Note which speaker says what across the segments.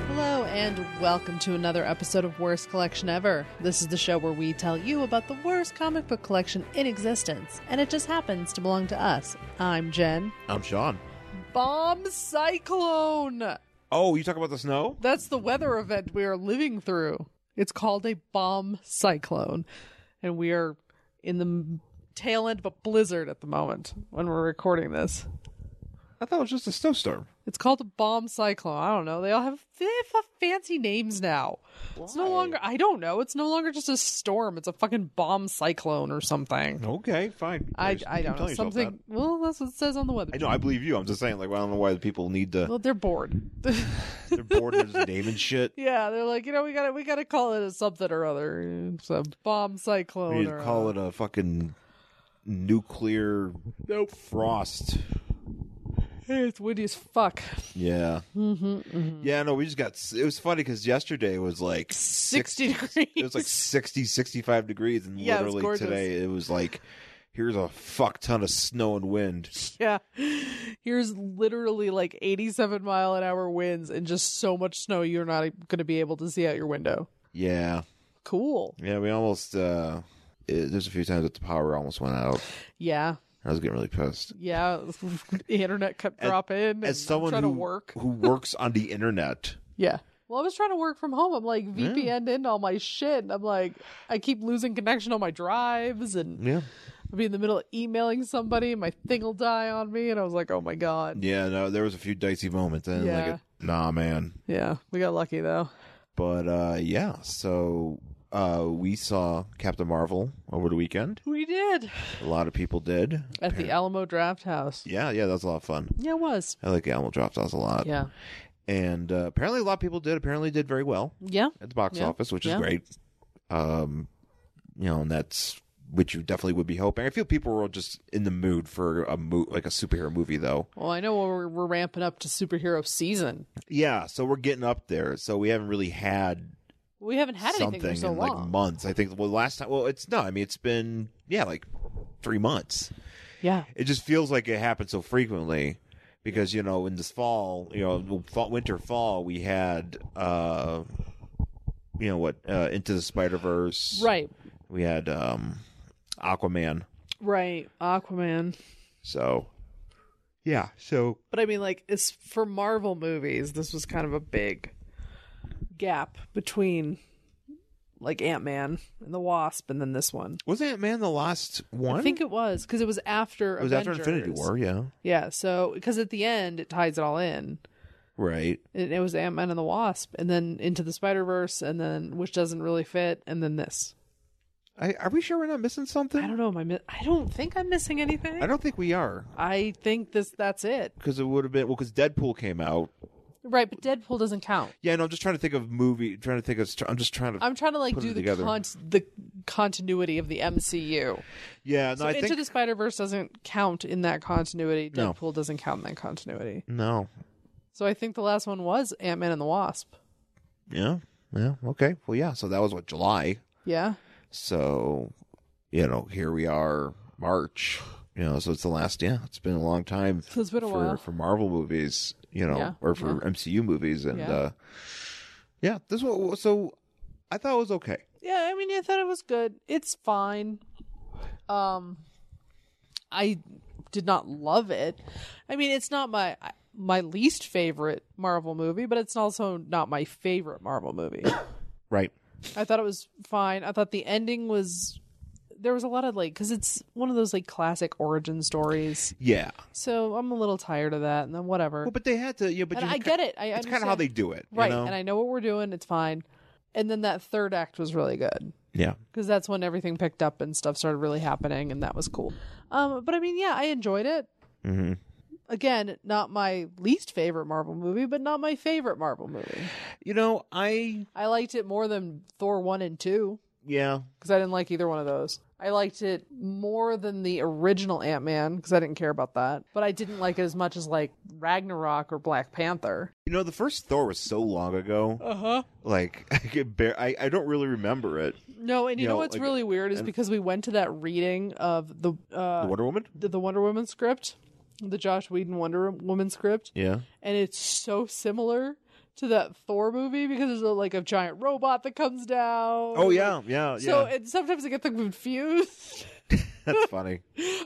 Speaker 1: and welcome to another episode of Worst Collection Ever. This is the show where we tell you about the worst comic book collection in existence, and it just happens to belong to us. I'm Jen.
Speaker 2: I'm Sean.
Speaker 1: Bomb Cyclone!
Speaker 2: Oh, you talk about the snow?
Speaker 1: That's the weather event we are living through. It's called a bomb cyclone, and we are in the m- tail end of a blizzard at the moment when we're recording this.
Speaker 2: I thought it was just a snowstorm.
Speaker 1: It's called a bomb cyclone. I don't know. They all have, they have fancy names now. It's no longer. I don't know. It's no longer just a storm. It's a fucking bomb cyclone or something.
Speaker 2: Okay, fine.
Speaker 1: I,
Speaker 2: Just
Speaker 1: I
Speaker 2: keep
Speaker 1: don't know.
Speaker 2: telling yourself
Speaker 1: Something. Well, that's what it says on the weather.
Speaker 2: that. I know. I believe you. I'm just saying. Like, well, I don't know why the people need to.
Speaker 1: Well, they're bored.
Speaker 2: They're bored of just naming shit.
Speaker 1: yeah, they're like, you know, we gotta we gotta call it a something or other. It's a bomb
Speaker 2: We
Speaker 1: cyclone.
Speaker 2: need to
Speaker 1: or
Speaker 2: call it a fucking nuclear
Speaker 1: Nope.
Speaker 2: frost.
Speaker 1: It's windy as fuck.
Speaker 2: Yeah.
Speaker 1: Mm-hmm,
Speaker 2: Yeah. No, we just got. It was funny because yesterday was like
Speaker 1: 60
Speaker 2: It was like 60, 65 degrees, and
Speaker 1: Yeah, it was
Speaker 2: literally
Speaker 1: gorgeous.
Speaker 2: today it was like. Here's a fuck ton of snow and wind.
Speaker 1: Yeah. Here's literally like 87 mile an hour winds and just so much snow you're not going to be able to see out your window.
Speaker 2: Yeah.
Speaker 1: Cool.
Speaker 2: Yeah, we almost uh it, there's a few times that the power almost went out.
Speaker 1: Yeah.
Speaker 2: I was getting really pissed.
Speaker 1: Yeah. Internet kept dropping. and
Speaker 2: As
Speaker 1: I'm
Speaker 2: someone
Speaker 1: trying
Speaker 2: who
Speaker 1: to work.
Speaker 2: who works on the internet.
Speaker 1: Yeah. Well, I was trying to work from home. I'm like VPN in all my shit. And I'm like, I keep losing connection on my drives and
Speaker 2: Yeah.
Speaker 1: I'll be in the middle of emailing somebody and my thing will die on me. And I was like, oh my God.
Speaker 2: Yeah, no, there was a few dicey moments and like
Speaker 1: Yeah.
Speaker 2: it, nah man.
Speaker 1: Yeah. We got lucky though.
Speaker 2: But uh yeah, so uh we saw Captain Marvel over the weekend.
Speaker 1: We did
Speaker 2: A lot of people did.
Speaker 1: at the Alamo Draft House.
Speaker 2: Yeah, yeah, that was a lot of fun.
Speaker 1: Yeah, it was.
Speaker 2: I like the Alamo Draft House a lot.
Speaker 1: Yeah.
Speaker 2: And uh, apparently a lot of people did apparently did very well.
Speaker 1: Yeah.
Speaker 2: at the box
Speaker 1: Yeah.
Speaker 2: office, which
Speaker 1: Yeah.
Speaker 2: is great. Um, you know, and that's which you definitely would be hoping. I feel people were just in the mood for a mo- like a superhero movie, though.
Speaker 1: Well, I know we're, we're ramping up to superhero season.
Speaker 2: Yeah, so we're getting up there. So we haven't really had
Speaker 1: We haven't had anything
Speaker 2: something
Speaker 1: for so
Speaker 2: in
Speaker 1: long.
Speaker 2: like months. I think. Well, last time. Well, it's no. I mean, it's been yeah, like three months.
Speaker 1: yeah.
Speaker 2: It just feels like it happened so frequently. Because you know, in this fall, you know, fall, winter fall, we had, uh, you know, what uh, into the Spider Verse,
Speaker 1: Right.
Speaker 2: We had um Aquaman.
Speaker 1: Right. Aquaman.
Speaker 2: So Yeah, so
Speaker 1: But I mean, like, it's for Marvel movies, this was kind of a big gap between like Ant Man and the Wasp and then this one.
Speaker 2: was Ant Man the last one?
Speaker 1: I think it was because it was after
Speaker 2: it was after Infinity War, yeah.
Speaker 1: Yeah. So, because at the end, it ties it all in.
Speaker 2: Right.
Speaker 1: It, it was Ant Man and the Wasp and then Into the Spider Verse and then, which doesn't really fit, and then this.
Speaker 2: I, are we sure we're not missing something?
Speaker 1: I don't know. Am I, mi- I don't think I'm missing anything.
Speaker 2: I don't think we are.
Speaker 1: I think this that's it.
Speaker 2: Because it would have been well, because Deadpool came out.
Speaker 1: Right, but Deadpool doesn't count.
Speaker 2: Yeah, no, I'm just trying to think of movie. Trying to think of. I'm just trying to.
Speaker 1: I'm trying to like
Speaker 2: Put it
Speaker 1: do the
Speaker 2: together.
Speaker 1: con- the continuity of the MCU.
Speaker 2: yeah, no,
Speaker 1: So
Speaker 2: I
Speaker 1: Into
Speaker 2: think
Speaker 1: the Spider Verse doesn't count in that continuity.
Speaker 2: No.
Speaker 1: Deadpool doesn't count in that continuity.
Speaker 2: no.
Speaker 1: So I think the last one was Ant Man and the Wasp.
Speaker 2: Yeah, yeah, okay, well, yeah. So that was what July.
Speaker 1: Yeah,
Speaker 2: So, you know, here we are, March. You know, so it's the last. Yeah, it's been a long time.
Speaker 1: so it's been a
Speaker 2: for
Speaker 1: while.
Speaker 2: for Marvel movies, you know,
Speaker 1: Yeah,
Speaker 2: or for
Speaker 1: yeah.
Speaker 2: MCU movies, and
Speaker 1: Yeah.
Speaker 2: uh yeah, this was so I thought it was okay.
Speaker 1: Yeah, I mean, I thought it was good. It's fine. Um, I did not love it. I mean, it's not my my least favorite Marvel movie, but it's also not my favorite Marvel movie.
Speaker 2: Right.
Speaker 1: I thought it was fine. I thought the ending was there was a lot of like because it's one of those like classic origin stories.
Speaker 2: Yeah.
Speaker 1: So I'm a little tired of that, and then whatever.
Speaker 2: Well, but they had to. Yeah, but
Speaker 1: and
Speaker 2: you
Speaker 1: I get it. I
Speaker 2: It's kind of how
Speaker 1: understand.
Speaker 2: they do it, you
Speaker 1: right,
Speaker 2: know?
Speaker 1: and I know what we're doing. It's fine. And then that third act was really good
Speaker 2: yeah.
Speaker 1: because that's when everything picked up and stuff started really happening, and that was cool. Um, but I mean, yeah, I enjoyed it.
Speaker 2: Mm-hmm.
Speaker 1: Again, not my least favorite Marvel movie, but not my favorite Marvel movie.
Speaker 2: You know, I
Speaker 1: I liked it more than Thor one and two.
Speaker 2: yeah.
Speaker 1: because I didn't like either one of those. I liked it more than the original Ant Man because I didn't care about that, but I didn't like it as much as like Ragnarok or Black Panther.
Speaker 2: You know, the first Thor was so long ago.
Speaker 1: Uh huh.
Speaker 2: Like I could bear. I, I don't really remember it.
Speaker 1: No, and you
Speaker 2: You
Speaker 1: know
Speaker 2: know,
Speaker 1: what's
Speaker 2: like-
Speaker 1: really weird is because we went to that reading of the
Speaker 2: The
Speaker 1: uh
Speaker 2: Wonder Woman.
Speaker 1: the, the Wonder Woman script, the Josh Whedon Wonder Woman script,
Speaker 2: Yeah.
Speaker 1: and it's so similar to that Thor movie because there's a, like a giant robot that comes down.
Speaker 2: Oh yeah, yeah, yeah.
Speaker 1: So and sometimes I get them confused.
Speaker 2: That's funny.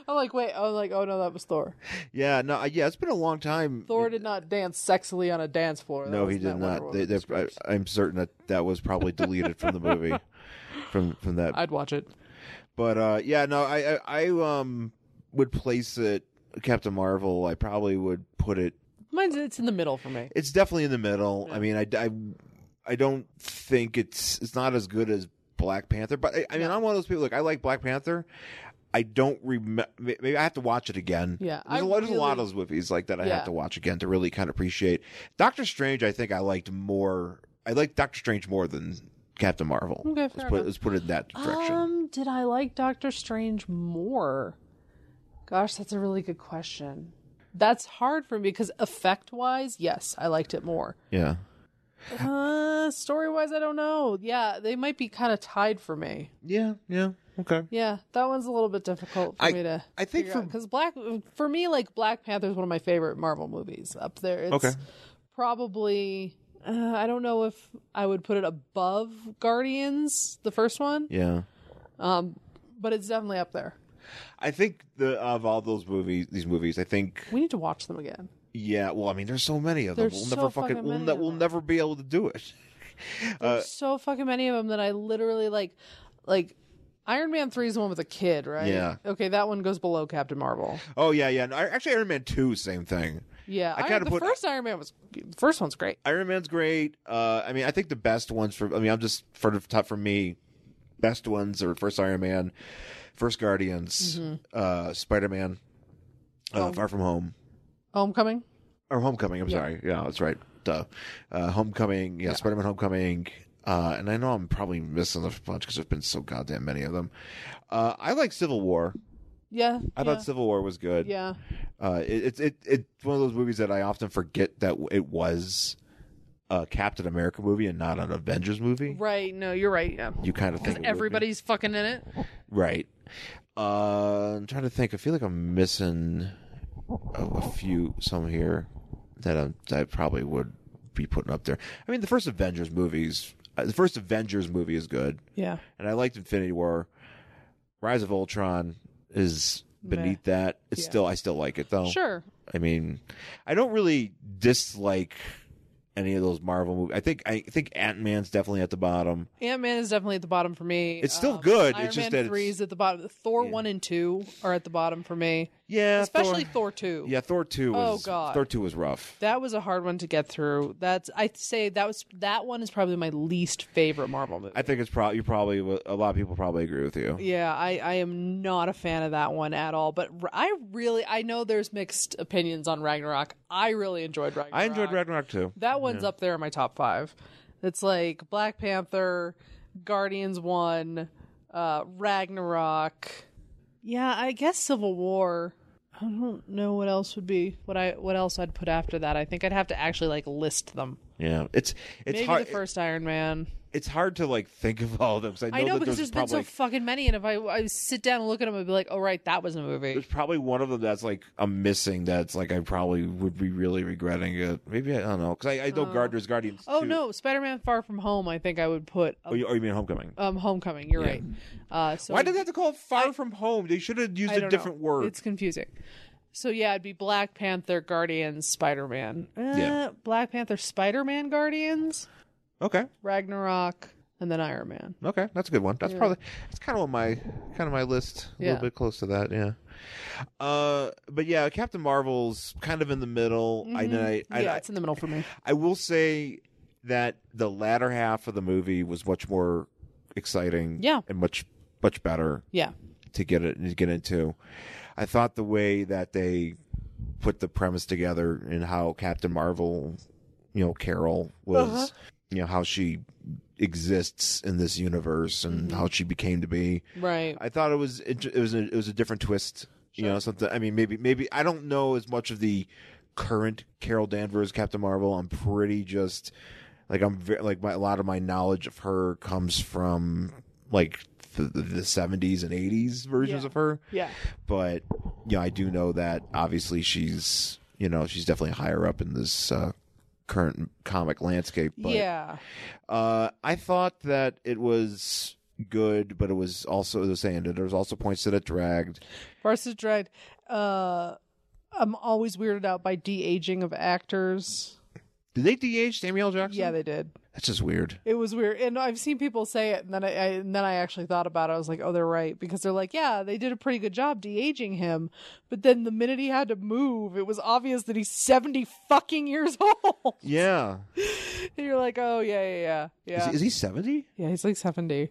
Speaker 1: I'm like, wait, I'm like, oh no, that was Thor.
Speaker 2: Yeah, no, yeah. It's been a long time.
Speaker 1: Thor did not dance sexily on a dance floor. That
Speaker 2: No, he
Speaker 1: was that
Speaker 2: did
Speaker 1: Wonder
Speaker 2: not.
Speaker 1: Woman
Speaker 2: They, they, I,
Speaker 1: description.
Speaker 2: I'm certain that that was probably deleted from the movie, from from that
Speaker 1: I'd watch it.
Speaker 2: But uh, yeah, no, I, I I um would place it Captain Marvel. I probably would put it.
Speaker 1: Mine's it's in the middle for me.
Speaker 2: It's definitely in the middle. I mean, I, I, I don't think it's it's not as good as Black Panther. But I, I mean, I'm one of those people. Like I like Black Panther. I don't remember. Maybe I have to watch it again.
Speaker 1: Yeah, I
Speaker 2: there's, a lot- there's a lot of
Speaker 1: really-
Speaker 2: those movies like that I
Speaker 1: Yeah.
Speaker 2: have to watch again to really kind of appreciate. Doctor Strange, I think I liked more. I liked Doctor Strange more than Captain Marvel.
Speaker 1: Okay,
Speaker 2: let's
Speaker 1: fair
Speaker 2: put
Speaker 1: enough.
Speaker 2: let's put it in that direction.
Speaker 1: Um, did I like Doctor Strange more? Gosh, that's a really good question. That's hard for me because effect wise, yes, I liked it more.
Speaker 2: yeah.
Speaker 1: Uh, story wise, I don't know. Yeah, they might be kind of tied for me.
Speaker 2: Yeah. Yeah. Okay.
Speaker 1: Yeah, that one's a little bit difficult for
Speaker 2: I-
Speaker 1: me to.
Speaker 2: I think for
Speaker 1: because Black for me, like Black Panther is one of my favorite Marvel movies. Up there, it's
Speaker 2: Okay.
Speaker 1: probably. Uh, I don't know if I would put it above Guardians, the first one,
Speaker 2: yeah,
Speaker 1: but it's definitely up there.
Speaker 2: I think the of all those movies, these movies, I think
Speaker 1: We need to watch them again.
Speaker 2: yeah. Well, I mean, there's so many of them.
Speaker 1: There's
Speaker 2: we'll
Speaker 1: so
Speaker 2: never fucking,
Speaker 1: fucking
Speaker 2: we'll,
Speaker 1: many
Speaker 2: ne-
Speaker 1: of
Speaker 2: we'll
Speaker 1: them.
Speaker 2: never be able to do it. Uh,
Speaker 1: There's so fucking many of them that I literally like, like. Iron Man 3 is the one with a kid, right?
Speaker 2: Yeah.
Speaker 1: Okay, that one goes below Captain Marvel.
Speaker 2: Oh yeah, yeah. No, I- actually, Iron Man two, same thing.
Speaker 1: Yeah.
Speaker 2: I
Speaker 1: Iron-
Speaker 2: kinda
Speaker 1: the
Speaker 2: put-
Speaker 1: first Iron Man was the first one's great.
Speaker 2: Iron Man's great. Uh, I mean, I think the best ones for. I mean, I'm just for the top for me. Best ones are first Iron Man, first Guardians,
Speaker 1: Mm-hmm.
Speaker 2: uh, Spider Man, uh, Far From Home,
Speaker 1: Homecoming?
Speaker 2: or Homecoming. I'm
Speaker 1: Yeah.
Speaker 2: sorry. Yeah, that's right. Duh. Uh, Homecoming. Yeah, Spider Man Homecoming. Uh, and I know I'm probably missing a bunch because there's been so goddamn many of them. Uh, I like Civil War.
Speaker 1: Yeah.
Speaker 2: I
Speaker 1: yeah.
Speaker 2: thought Civil War was good.
Speaker 1: Yeah.
Speaker 2: Uh, it, it's it, it's one of those movies that I often forget that it was a Captain America movie and not an Avengers movie.
Speaker 1: Right. No, you're right. Yeah.
Speaker 2: You kind of think it would be.
Speaker 1: Everybody's fucking in it.
Speaker 2: right. Uh, I'm trying to think. I feel like I'm missing a, a few some here that I'm, that I probably would be putting up there. I mean, the first Avengers movies, uh, the first Avengers movie is good,
Speaker 1: Yeah.
Speaker 2: and I liked Infinity War. Rise of Ultron is beneath that. It's
Speaker 1: Yeah.
Speaker 2: still I still like it though.
Speaker 1: Sure.
Speaker 2: I mean, I don't really dislike any of those Marvel movies. I think I think Ant Man's definitely at the bottom.
Speaker 1: Ant Man is definitely at the bottom for me. Um,
Speaker 2: It's still good,
Speaker 1: Iron
Speaker 2: it's
Speaker 1: Man
Speaker 2: just that it's-
Speaker 1: three is at the bottom. Thor one and two are at the bottom for me.
Speaker 2: Yeah,
Speaker 1: Especially
Speaker 2: Thor,
Speaker 1: Thor, two.
Speaker 2: yeah, Thor two.
Speaker 1: Oh,
Speaker 2: Was,
Speaker 1: God.
Speaker 2: Thor two was rough.
Speaker 1: That was a hard one to get through. That's I'd say that was that one is probably my least favorite Marvel movie.
Speaker 2: I think it's probably you probably a lot of people probably agree with you.
Speaker 1: Yeah, I, I am not a fan of that one at all. But r- I really, I know there's mixed opinions on Ragnarok. I really enjoyed Ragnarok.
Speaker 2: I enjoyed Ragnarok too.
Speaker 1: That one's up there in my top five. It's like Black Panther, Guardians One, uh, Ragnarok. Yeah, I guess Civil War. I don't know what else would be what I what else I'd put after that. I think I'd have to actually like list them.
Speaker 2: Yeah, it's it's
Speaker 1: Maybe
Speaker 2: hard.
Speaker 1: the first Iron Man.
Speaker 2: It's hard to like think of all of them 'cause I
Speaker 1: I
Speaker 2: know,
Speaker 1: know
Speaker 2: that
Speaker 1: because
Speaker 2: there's
Speaker 1: there's been
Speaker 2: probably
Speaker 1: so fucking many, and if I, I sit down and look at them, I'd be like, "Oh right, that was a movie."
Speaker 2: there's probably one of them that's like I'm missing. That's like I probably would be really regretting it. Maybe I don't know because I, I know Guardians Guardians.
Speaker 1: Oh
Speaker 2: 2.
Speaker 1: no, Spider-Man: Far From Home. I think I would put
Speaker 2: Oh, you, oh, you mean Homecoming?
Speaker 1: um Homecoming. You're right. Uh, so
Speaker 2: Why did they have to call it Far From Home? They should have used
Speaker 1: I
Speaker 2: a
Speaker 1: don't
Speaker 2: different
Speaker 1: know.
Speaker 2: word.
Speaker 1: It's confusing. So yeah, it'd be Black Panther, Guardians, Spider-Man. Uh,
Speaker 2: Yeah.
Speaker 1: Black Panther, Spider-Man, Guardians,
Speaker 2: Okay,
Speaker 1: Ragnarok, and then Iron Man.
Speaker 2: okay, that's a good one. That's probably that's kind of on my kind of my list. A
Speaker 1: Yeah.
Speaker 2: little bit close to that, yeah. Uh, but yeah, Captain Marvel's kind of in the middle. I know. I, I,
Speaker 1: Mm-hmm. yeah, it's in the middle for me.
Speaker 2: I will say that the latter half of the movie was much more exciting.
Speaker 1: Yeah.
Speaker 2: and much much better
Speaker 1: Yeah.
Speaker 2: to get it to get into. I thought the way that they put the premise together and how Captain Marvel, you know, Carol was, you know, how she exists in this universe and how she became to be.
Speaker 1: Right.
Speaker 2: I thought it was it, it was a, it was a different twist. You know, something. I mean, maybe maybe I don't know as much of the current Carol Danvers Captain Marvel. I'm pretty just like I'm very, like my a lot of my knowledge of her comes from like the, the, the 70s and 80s versions
Speaker 1: Yeah.
Speaker 2: of her.
Speaker 1: yeah.
Speaker 2: But yeah, I do know that obviously she's you know she's definitely higher up in this uh, current comic landscape. But
Speaker 1: yeah.
Speaker 2: uh, I thought that it was good, but it was also the same. There was also points that it dragged.
Speaker 1: Versus Dread. Uh, I'm always weirded out by de aging of actors.
Speaker 2: Did they DH Samuel L. Jackson?
Speaker 1: Yeah, they did.
Speaker 2: that's just weird.
Speaker 1: It was weird, and I've seen people say it, and then I, I and then I actually thought about it. I was like, oh, they're right because they're like, yeah, they did a pretty good job de aging him, but then the minute he had to move, it was obvious that he's seventy fucking years old.
Speaker 2: Yeah,
Speaker 1: And you're like, oh yeah, yeah, yeah, yeah,
Speaker 2: Is, he- is he seventy?
Speaker 1: yeah. He's like seventy.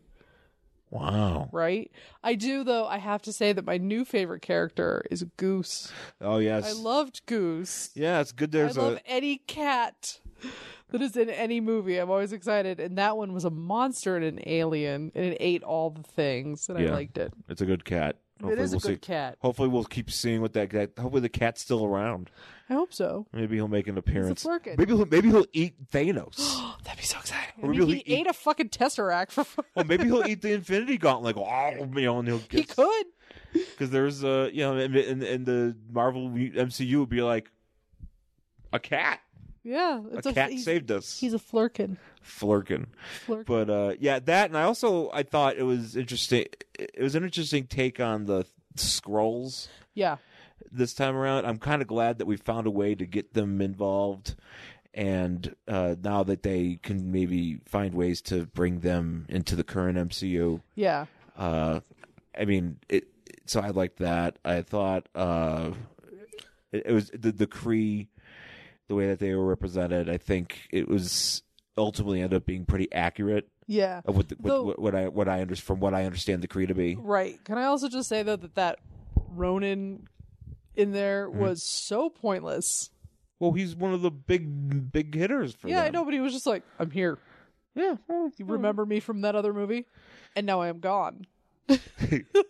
Speaker 2: Wow.
Speaker 1: right? I do though. I have to say that my new favorite character is Goose.
Speaker 2: Oh yes.
Speaker 1: I loved Goose.
Speaker 2: yeah, it's good. There's
Speaker 1: I love
Speaker 2: a
Speaker 1: any cat that is in any movie. I'm always excited, and that one was a monster and an alien, and it ate all the things, and
Speaker 2: Yeah.
Speaker 1: I liked it.
Speaker 2: it's a good cat. Hopefully
Speaker 1: it is a
Speaker 2: we'll
Speaker 1: good
Speaker 2: see.
Speaker 1: cat.
Speaker 2: Hopefully we'll keep seeing what that cat. Hopefully the cat's still around.
Speaker 1: I hope so.
Speaker 2: Maybe he'll make an appearance.
Speaker 1: flirkin'.
Speaker 2: Maybe he'll maybe he'll eat Thanos.
Speaker 1: That'd be so exciting. I
Speaker 2: Or
Speaker 1: mean,
Speaker 2: maybe
Speaker 1: he
Speaker 2: he'll eat-
Speaker 1: ate a fucking tesseract for fun.
Speaker 2: well, maybe he'll eat the Infinity Gauntlet. Like, oh, you know, and he'll
Speaker 1: He could.
Speaker 2: because there's uh you know and, and, and the Marvel MCU would be like a cat.
Speaker 1: Yeah, it's
Speaker 2: a cat
Speaker 1: he's,
Speaker 2: saved us.
Speaker 1: he's a flirkin.
Speaker 2: flirkin.
Speaker 1: Flirkin.
Speaker 2: But uh, yeah, that and I also I thought it was interesting. It was an interesting take on the scrolls
Speaker 1: yeah,
Speaker 2: this time around. I'm kind of glad that we found a way to get them involved, and uh, now that they can maybe find ways to bring them into the current MCU.
Speaker 1: yeah.
Speaker 2: Uh, I mean, it, so I liked that. I thought uh, it, it was the the Cree, the way that they were represented. I think it was ultimately ended up being pretty accurate
Speaker 1: Yeah.
Speaker 2: of what the, what,
Speaker 1: Though-
Speaker 2: what, what I what I under, from what I understand the Kree to be.
Speaker 1: Right. Can I also just say though that that Ronin in there
Speaker 2: Mm-hmm.
Speaker 1: was so pointless.
Speaker 2: Well, he's one of the big big hitters for
Speaker 1: Yeah, I
Speaker 2: them.
Speaker 1: know, Hmm. but he was just like, "I'm here.
Speaker 2: Yeah, well,
Speaker 1: You remember me from that other movie, and now I am gone."
Speaker 2: you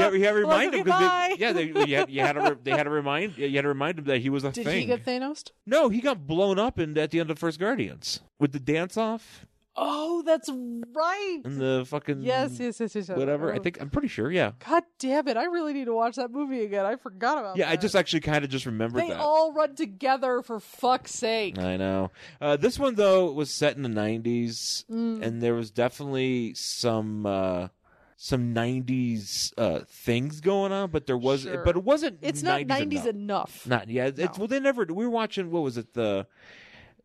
Speaker 2: had, you had to remind
Speaker 1: Like,
Speaker 2: him 'cause
Speaker 1: "Goodbye."
Speaker 2: they, yeah, they, you had, you had to re- they had to remind you had to remind him that he was a
Speaker 1: Did
Speaker 2: thing.
Speaker 1: he get Thanos?
Speaker 2: no, he got blown up in at the end of First Guardians with the dance off
Speaker 1: Oh, that's right.
Speaker 2: and the fucking
Speaker 1: Yes, yes, yes, yes. yes.
Speaker 2: whatever. I
Speaker 1: remember.
Speaker 2: think I'm pretty sure. Yeah,
Speaker 1: God damn it! I really need to watch that movie again. I forgot about.
Speaker 2: yeah. I
Speaker 1: that.
Speaker 2: just actually kind of just remembered
Speaker 1: They
Speaker 2: that.
Speaker 1: all run together for fuck's sake.
Speaker 2: I know. Uh, this one though was set in the '90s,
Speaker 1: Mm. Mm-hmm.
Speaker 2: and there was definitely some uh, some '90s uh, things going on, but there was,
Speaker 1: Sure.
Speaker 2: but it wasn't.
Speaker 1: It's not
Speaker 2: 90s,
Speaker 1: 90s
Speaker 2: enough.
Speaker 1: enough.
Speaker 2: Not yeah. It's,
Speaker 1: No.
Speaker 2: Well, they never. We were watching. What was it? The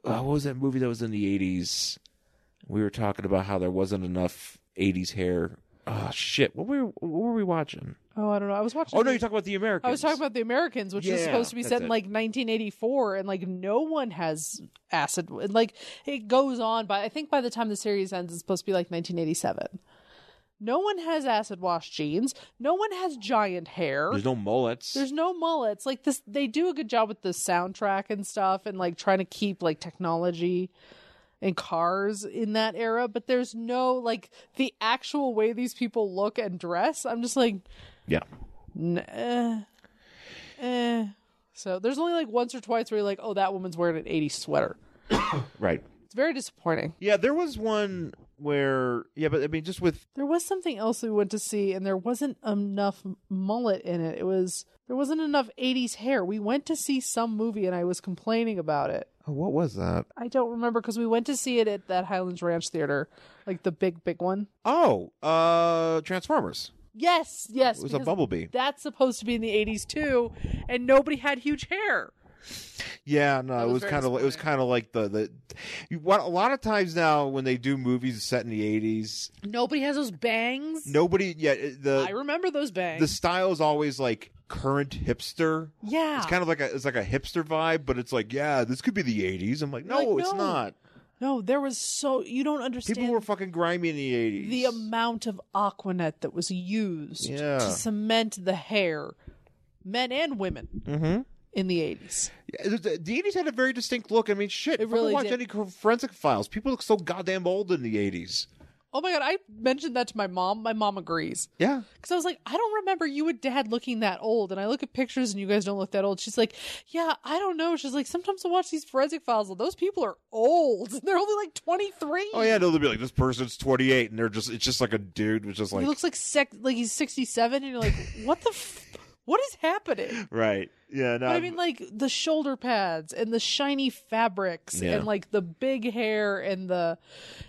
Speaker 2: uh, what was that movie that was in the '80s? We were talking about how there wasn't enough '80s hair. Oh shit! What were what were we watching?
Speaker 1: Oh, I don't know. I was watching.
Speaker 2: Oh no,
Speaker 1: the-
Speaker 2: you're talking about the Americans.
Speaker 1: I was talking about the Americans, which is
Speaker 2: Yeah,
Speaker 1: supposed to be
Speaker 2: that's
Speaker 1: set in
Speaker 2: it.
Speaker 1: like 1984, and like no one has acid. And like it goes on, by I think by the time the series ends, it's supposed to be like 1987. No one has acid wash jeans. No one has giant hair.
Speaker 2: There's no mullets.
Speaker 1: There's no mullets. Like this, they do a good job with the soundtrack and stuff, and like trying to keep like technology and cars in that era. But there's no like the actual way these people look and dress. I'm just like,
Speaker 2: yeah.
Speaker 1: N- eh, eh. So there's only like once or twice where you're like, oh, that woman's wearing an 80s sweater.
Speaker 2: Right.
Speaker 1: It's very disappointing.
Speaker 2: Yeah, there was one where yeah, but I mean, just with
Speaker 1: There was something else we went to see, and there wasn't enough mullet in it. It was there wasn't enough 80s hair. We went to see some movie, and I was complaining about it.
Speaker 2: oh, what was that?
Speaker 1: I don't remember because we went to see it at that Highlands Ranch Theater, like the big, big one.
Speaker 2: Oh, uh, Transformers.
Speaker 1: Yes, yes.
Speaker 2: It was a
Speaker 1: because
Speaker 2: bumblebee.
Speaker 1: That's supposed to be in the 80s too, and nobody had huge hair.
Speaker 2: Yeah, no, it
Speaker 1: was
Speaker 2: was
Speaker 1: very
Speaker 2: kind of it was
Speaker 1: disappointing.
Speaker 2: kind of like the the. You, what, a lot of times now when they do movies set in the eighties,
Speaker 1: Nobody has those bangs.
Speaker 2: nobody yeah
Speaker 1: I
Speaker 2: the
Speaker 1: remember those bangs.
Speaker 2: the style is always like current hipster.
Speaker 1: Yeah.
Speaker 2: It's kind of like a it's like a hipster vibe, but it's like yeah, this could be the eighties. I'm like, no,
Speaker 1: Like,
Speaker 2: it's
Speaker 1: no.
Speaker 2: not.
Speaker 1: no, there was so you don't understand
Speaker 2: People were fucking grimy in the eighties.
Speaker 1: the amount of Aquanet that was used
Speaker 2: Yeah.
Speaker 1: to cement the hair, men and women,
Speaker 2: Mm-hmm.
Speaker 1: in the eighties.
Speaker 2: Yeah, The the eighties had a very distinct look. I mean, shit. It
Speaker 1: really
Speaker 2: watch
Speaker 1: did.
Speaker 2: any cor- forensic files. People look so goddamn old in the eighties.
Speaker 1: Oh my god, I mentioned that to my mom. My mom agrees
Speaker 2: Yeah,
Speaker 1: because I was like, I don't remember you and Dad looking that old. And I look at pictures, and you guys don't look that old. She's like, Yeah, I don't know. She's like, Sometimes I watch these forensic files, and those people are old. They're only like twenty three.
Speaker 2: Oh yeah, no, they'll be like, this person's 28, and they're just it's just like a dude was just
Speaker 1: he
Speaker 2: like,
Speaker 1: looks like sec- like he's sixty seven, and you're like, What the. F- what is happening?
Speaker 2: Right. Yeah. No.
Speaker 1: But I
Speaker 2: I'm-
Speaker 1: mean, like the shoulder pads and the shiny fabrics
Speaker 2: Yeah.
Speaker 1: and like the big hair and the,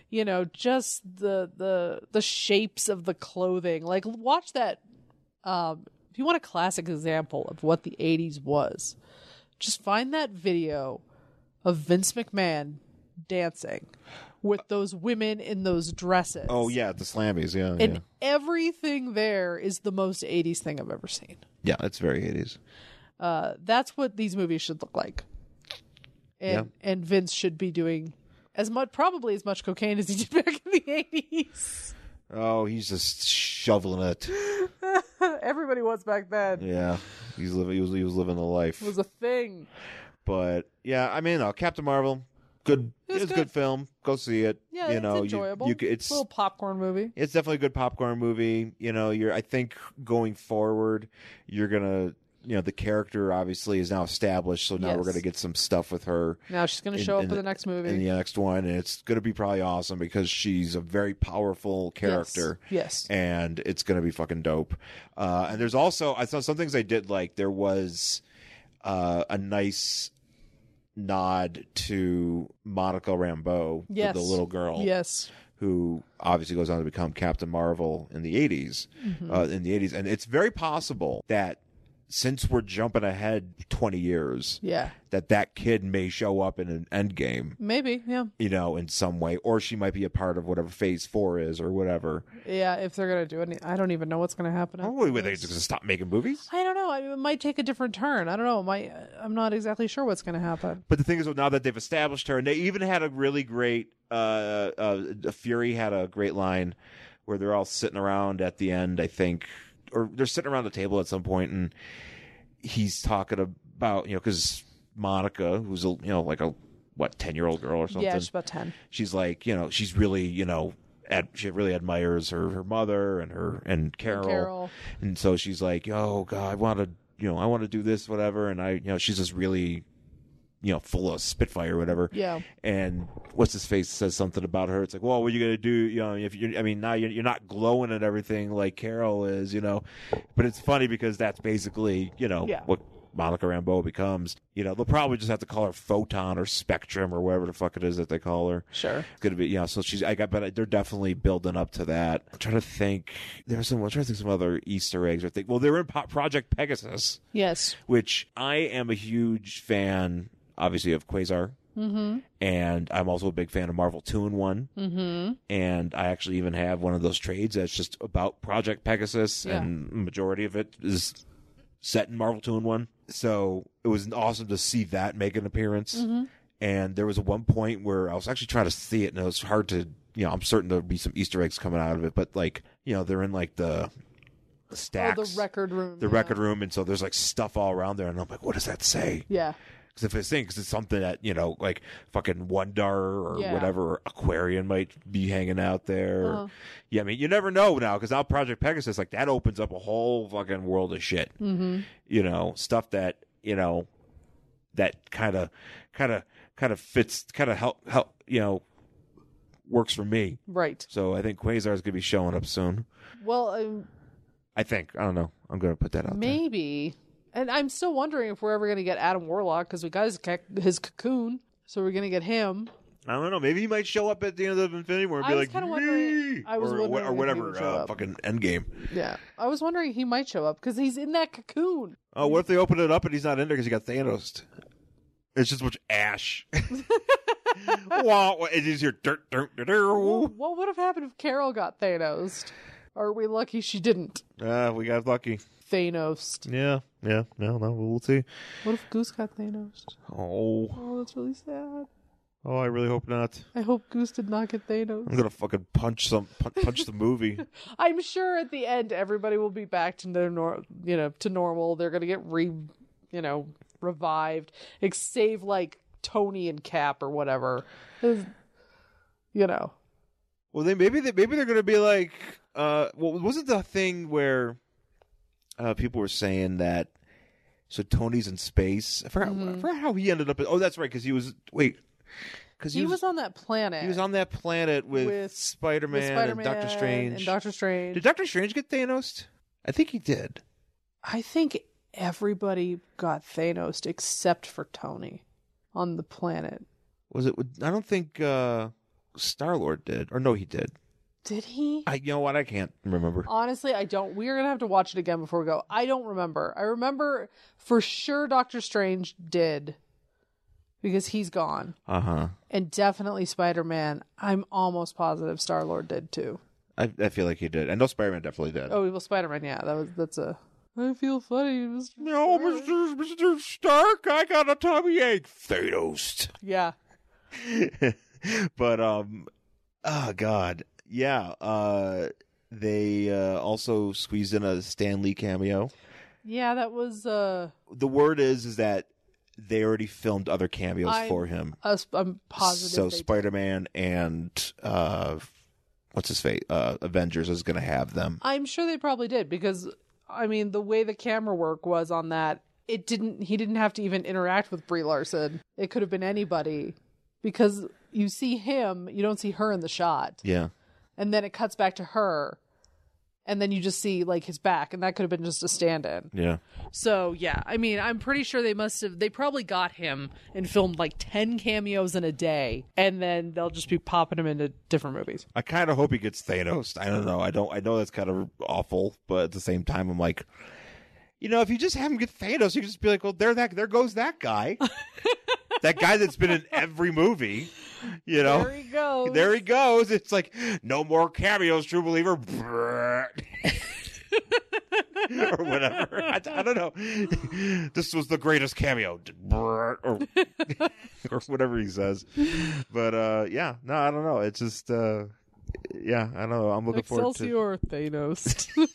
Speaker 1: you know, just the the the shapes of the clothing. Like, watch that. Um, if you want a classic example of what the '80s was, just find that video of Vince McMahon dancing with those women in those dresses.
Speaker 2: oh yeah, the slammies. Yeah.
Speaker 1: And
Speaker 2: yeah.
Speaker 1: everything there is the most 80s thing I've ever seen.
Speaker 2: Yeah. It's very eighties.
Speaker 1: Uh, that's what these movies should look like. And and Vince should be doing as much probably as much cocaine as he did back in the eighties.
Speaker 2: Oh, he's just shoveling it.
Speaker 1: Everybody was back then.
Speaker 2: Yeah. He's living. He was, he was living a life.
Speaker 1: It was a thing.
Speaker 2: But yeah, I mean, uh, Captain Marvel. Good. It's,
Speaker 1: was
Speaker 2: a
Speaker 1: good.
Speaker 2: good film. Go see it.
Speaker 1: Yeah,
Speaker 2: you
Speaker 1: it's
Speaker 2: know, you-
Speaker 1: enjoyable.
Speaker 2: You, c- it's
Speaker 1: a little popcorn movie.
Speaker 2: it's definitely a good popcorn movie. You know, you're I think going forward, you're gonna you know the character obviously is now established, so now
Speaker 1: Yes. Mm-hmm.
Speaker 2: we're gonna get some stuff with her
Speaker 1: Now she's gonna
Speaker 2: In-
Speaker 1: show up
Speaker 2: in
Speaker 1: in the
Speaker 2: the-
Speaker 1: next movie.
Speaker 2: in the next one, and it's gonna be probably awesome because she's a very powerful
Speaker 1: Yes.
Speaker 2: character.
Speaker 1: Yes.
Speaker 2: And it's gonna be fucking dope. Uh, and there's also I saw some things I did like. There was uh, a nice nod to Monica Rambeau, the-
Speaker 1: Yes.
Speaker 2: the little girl
Speaker 1: Yes.
Speaker 2: who obviously goes on to become Captain Marvel in the 80s. Uh, in the 80s, and it's very possible that since we're jumping ahead 20 years,
Speaker 1: Yeah.
Speaker 2: that that kid may show up in an Endgame,
Speaker 1: Maybe. Yeah.
Speaker 2: you know, in some way, or she might be a part of whatever Phase Four is or whatever.
Speaker 1: Yeah. If they're gonna do it, I don't even know what's gonna happen.
Speaker 2: Oh,
Speaker 1: after
Speaker 2: wait, wait, they're
Speaker 1: this.
Speaker 2: just gonna stop making movies.
Speaker 1: I don't know. I mean, it might take a different turn. I don't know. It might. I'm not exactly sure what's gonna happen.
Speaker 2: But the thing is, now that they've established her, and they even had a really great uh, uh, Fury had a great line where they're all sitting around at the end, I think, or they're sitting around the table at some point, and he's talking about you know because Monica, who's a you know like a what ten year old girl or something,
Speaker 1: Yeah, it's about ten.
Speaker 2: she's like you know she's really you know. Ad, she really admires her, her mother and her and
Speaker 1: Carol.
Speaker 2: and so she's like, "Oh God, I want to, you know, I want to do this, whatever." And I, you know, she's just really, you know, full of spitfire, or whatever.
Speaker 1: Yeah.
Speaker 2: And what's his face says something about her. It's like, "Well, what are you gonna do? You know, if you, I mean, now you're, you're not glowing at everything like Carol is, you know." But it's funny because that's basically, you know,
Speaker 1: Yeah.
Speaker 2: what. Monica Rambeau becomes, you know, they'll probably just have to call her Photon or Spectrum or whatever the fuck it is that they call her.
Speaker 1: Sure.
Speaker 2: It's gonna be yeah. So she's I got, but they're definitely building up to that. I'm trying to think. There was some. I'm trying to think some other Easter eggs. I think. Well, they were in po- Project Pegasus,
Speaker 1: Yes.
Speaker 2: which I am a huge fan, obviously of Quasar,
Speaker 1: Mm-hmm.
Speaker 2: and I'm also a big fan of Marvel Two and One.
Speaker 1: Mm-hmm.
Speaker 2: And I actually even have one of those trades that's just about Project Pegasus,
Speaker 1: Yeah.
Speaker 2: and majority of it is set in Marvel Two and One. So it was awesome to see that make an appearance
Speaker 1: Mhm.
Speaker 2: and there was one point where I was actually trying to see it, and it was hard to, you know, I'm certain there'd be some Easter eggs coming out of it, but like, you know, they're in like the the stacks,
Speaker 1: Oh, the record room.
Speaker 2: the
Speaker 1: yeah.
Speaker 2: record room, and so there's like stuff all around there, and I'm like, what does that say?
Speaker 1: Yeah.
Speaker 2: Because if it's saying, because it's something that you know, like fucking Wonder or
Speaker 1: Yeah.
Speaker 2: whatever, or Aquarian might be hanging out there.
Speaker 1: Uh-huh.
Speaker 2: Yeah, I mean, you never know now, because now Project Pegasus, like that opens up a whole fucking world of shit
Speaker 1: Mm-hmm.
Speaker 2: you know stuff that you know that kind of kind of kind of fits kind of help help you know works for me
Speaker 1: Right.
Speaker 2: so i think quasar is going to be showing up soon
Speaker 1: Well, um,
Speaker 2: i think i don't know i'm going to put that out
Speaker 1: maybe. And I'm still wondering if we're ever going to get Adam Warlock because we got his ca- his cocoon, so we're going to get him.
Speaker 2: there i don't know maybe he might show up at the end of infinity war and
Speaker 1: I
Speaker 2: be
Speaker 1: was
Speaker 2: like
Speaker 1: kinda wondering-
Speaker 2: "Yee!"
Speaker 1: I was
Speaker 2: or,
Speaker 1: wondering
Speaker 2: or
Speaker 1: if he
Speaker 2: whatever
Speaker 1: would show
Speaker 2: uh,
Speaker 1: up.
Speaker 2: fucking endgame
Speaker 1: Yeah, I was wondering he might show up because he's in that cocoon.
Speaker 2: oh what if they open it up and he's not in there because he got thanos it's just a bunch of ash wow it is your dirt dirt dirt,
Speaker 1: Well,
Speaker 2: dirt
Speaker 1: what would have happened if Carol got Thanos? Are we lucky she didn't
Speaker 2: uh, we got lucky
Speaker 1: Thanos?
Speaker 2: yeah yeah no no we'll see
Speaker 1: What if Goose got Thanos?
Speaker 2: Oh,
Speaker 1: Oh, that's really sad.
Speaker 2: oh, I really hope not.
Speaker 1: I hope Goose did not get Thanos.
Speaker 2: I'm gonna fucking punch some pu- punch the movie.
Speaker 1: I'm sure at the end everybody will be back to their nor- you know to normal. They're gonna get re you know revived, ex- save like Tony and Cap or whatever. Is- You know,
Speaker 2: Well, they maybe they maybe they're gonna be like, uh, well, wasn't the thing where uh, people were saying that? So Tony's in space. I forgot, I forgot how he ended up. In, oh, that's right, because he was wait, because
Speaker 1: he,
Speaker 2: he,
Speaker 1: was,
Speaker 2: was,
Speaker 1: on that planet.
Speaker 2: he was on that planet with,
Speaker 1: With- with
Speaker 2: Spider-Man,
Speaker 1: with Spider-Man
Speaker 2: and Doctor Strange.
Speaker 1: And Doctor Strange.
Speaker 2: did Doctor Strange get Thanos? I think he did.
Speaker 1: I think everybody got Thanos except for Tony on the planet.
Speaker 2: Was it? with- I don't think uh, Star Lord did, or no, he did.
Speaker 1: Did he?
Speaker 2: I, you know what? I can't remember.
Speaker 1: Honestly, I don't. We're gonna have to watch it again before we go. I don't remember. I remember for sure Doctor Strange did because he's gone,
Speaker 2: Uh huh.
Speaker 1: and definitely Spider Man. I'm almost positive Star Lord did too.
Speaker 2: I, I feel like he did. I know Spider Man definitely did.
Speaker 1: Oh well, Spider Man. Yeah, that was that's a. I feel funny. Mr.
Speaker 2: No, Mister Mister Stark, I got a tummy ache. Thanos.
Speaker 1: Yeah,
Speaker 2: but um, oh god, yeah. Uh, they uh, also squeezed in a Stan Lee cameo.
Speaker 1: yeah. That was uh.
Speaker 2: The word is is that they already filmed other cameos
Speaker 1: I-
Speaker 2: for him.
Speaker 1: Us, I'm positive.
Speaker 2: So
Speaker 1: they-
Speaker 2: Spider Man and uh, what's his face? Uh, Avengers is gonna have them.
Speaker 1: I'm sure they probably did because I mean the way the camera work was on that, it didn't he didn't have to even interact with Brie Larson. It could have been anybody because you see him, you don't see her in the shot.
Speaker 2: Yeah.
Speaker 1: And then it cuts back to her. And then you just see like his back and that could have been just a stand-in.
Speaker 2: Yeah.
Speaker 1: So, yeah, I mean, I'm pretty sure they must have they probably got him and filmed like 10 cameos in a day and then they'll just be popping him into different movies.
Speaker 2: I kind of hope he gets Thanos. I don't know. I don't. I know that's kind of awful, but at the same time, I'm like, you know, if you just have him get Thanos, you can just be like, well, there that there goes that guy, that guy that's been in every movie. You know,
Speaker 1: There he goes.
Speaker 2: Oh. there he goes. It's like no more cameos, true believer, or whatever. I, I don't know. This was the greatest cameo, or or whatever he says. But uh, yeah, no, I don't know. It's just. Uh, yeah, I don't know. I'm looking forward to.
Speaker 1: Excelsior Thanos.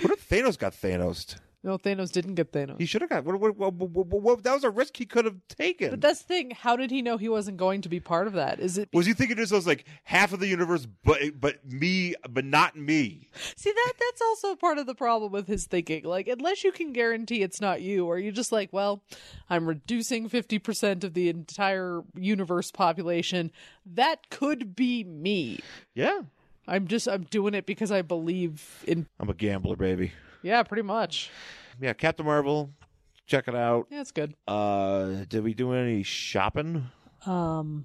Speaker 2: What if Thanos got Thanos?
Speaker 1: no, Thanos didn't get Thanos.
Speaker 2: He should have got. What, what, what, what, what- what- that was a risk he could have taken.
Speaker 1: But that's the thing. How did he know he wasn't going to be part of that? Is it?
Speaker 2: was he thinking this was like half of the universe, but but me, but not me?
Speaker 1: See that that's also part of the problem with his thinking. Like, unless you can guarantee it's not you, or you just like, well, I'm reducing fifty percent of the entire universe population. That could be me.
Speaker 2: Yeah,
Speaker 1: I'm just I'm doing it because I believe in.
Speaker 2: I'm a gambler, baby.
Speaker 1: Yeah, pretty much.
Speaker 2: Yeah, Captain Marvel, check it out.
Speaker 1: Yeah, it's good.
Speaker 2: Uh, did we do any shopping?
Speaker 1: Um,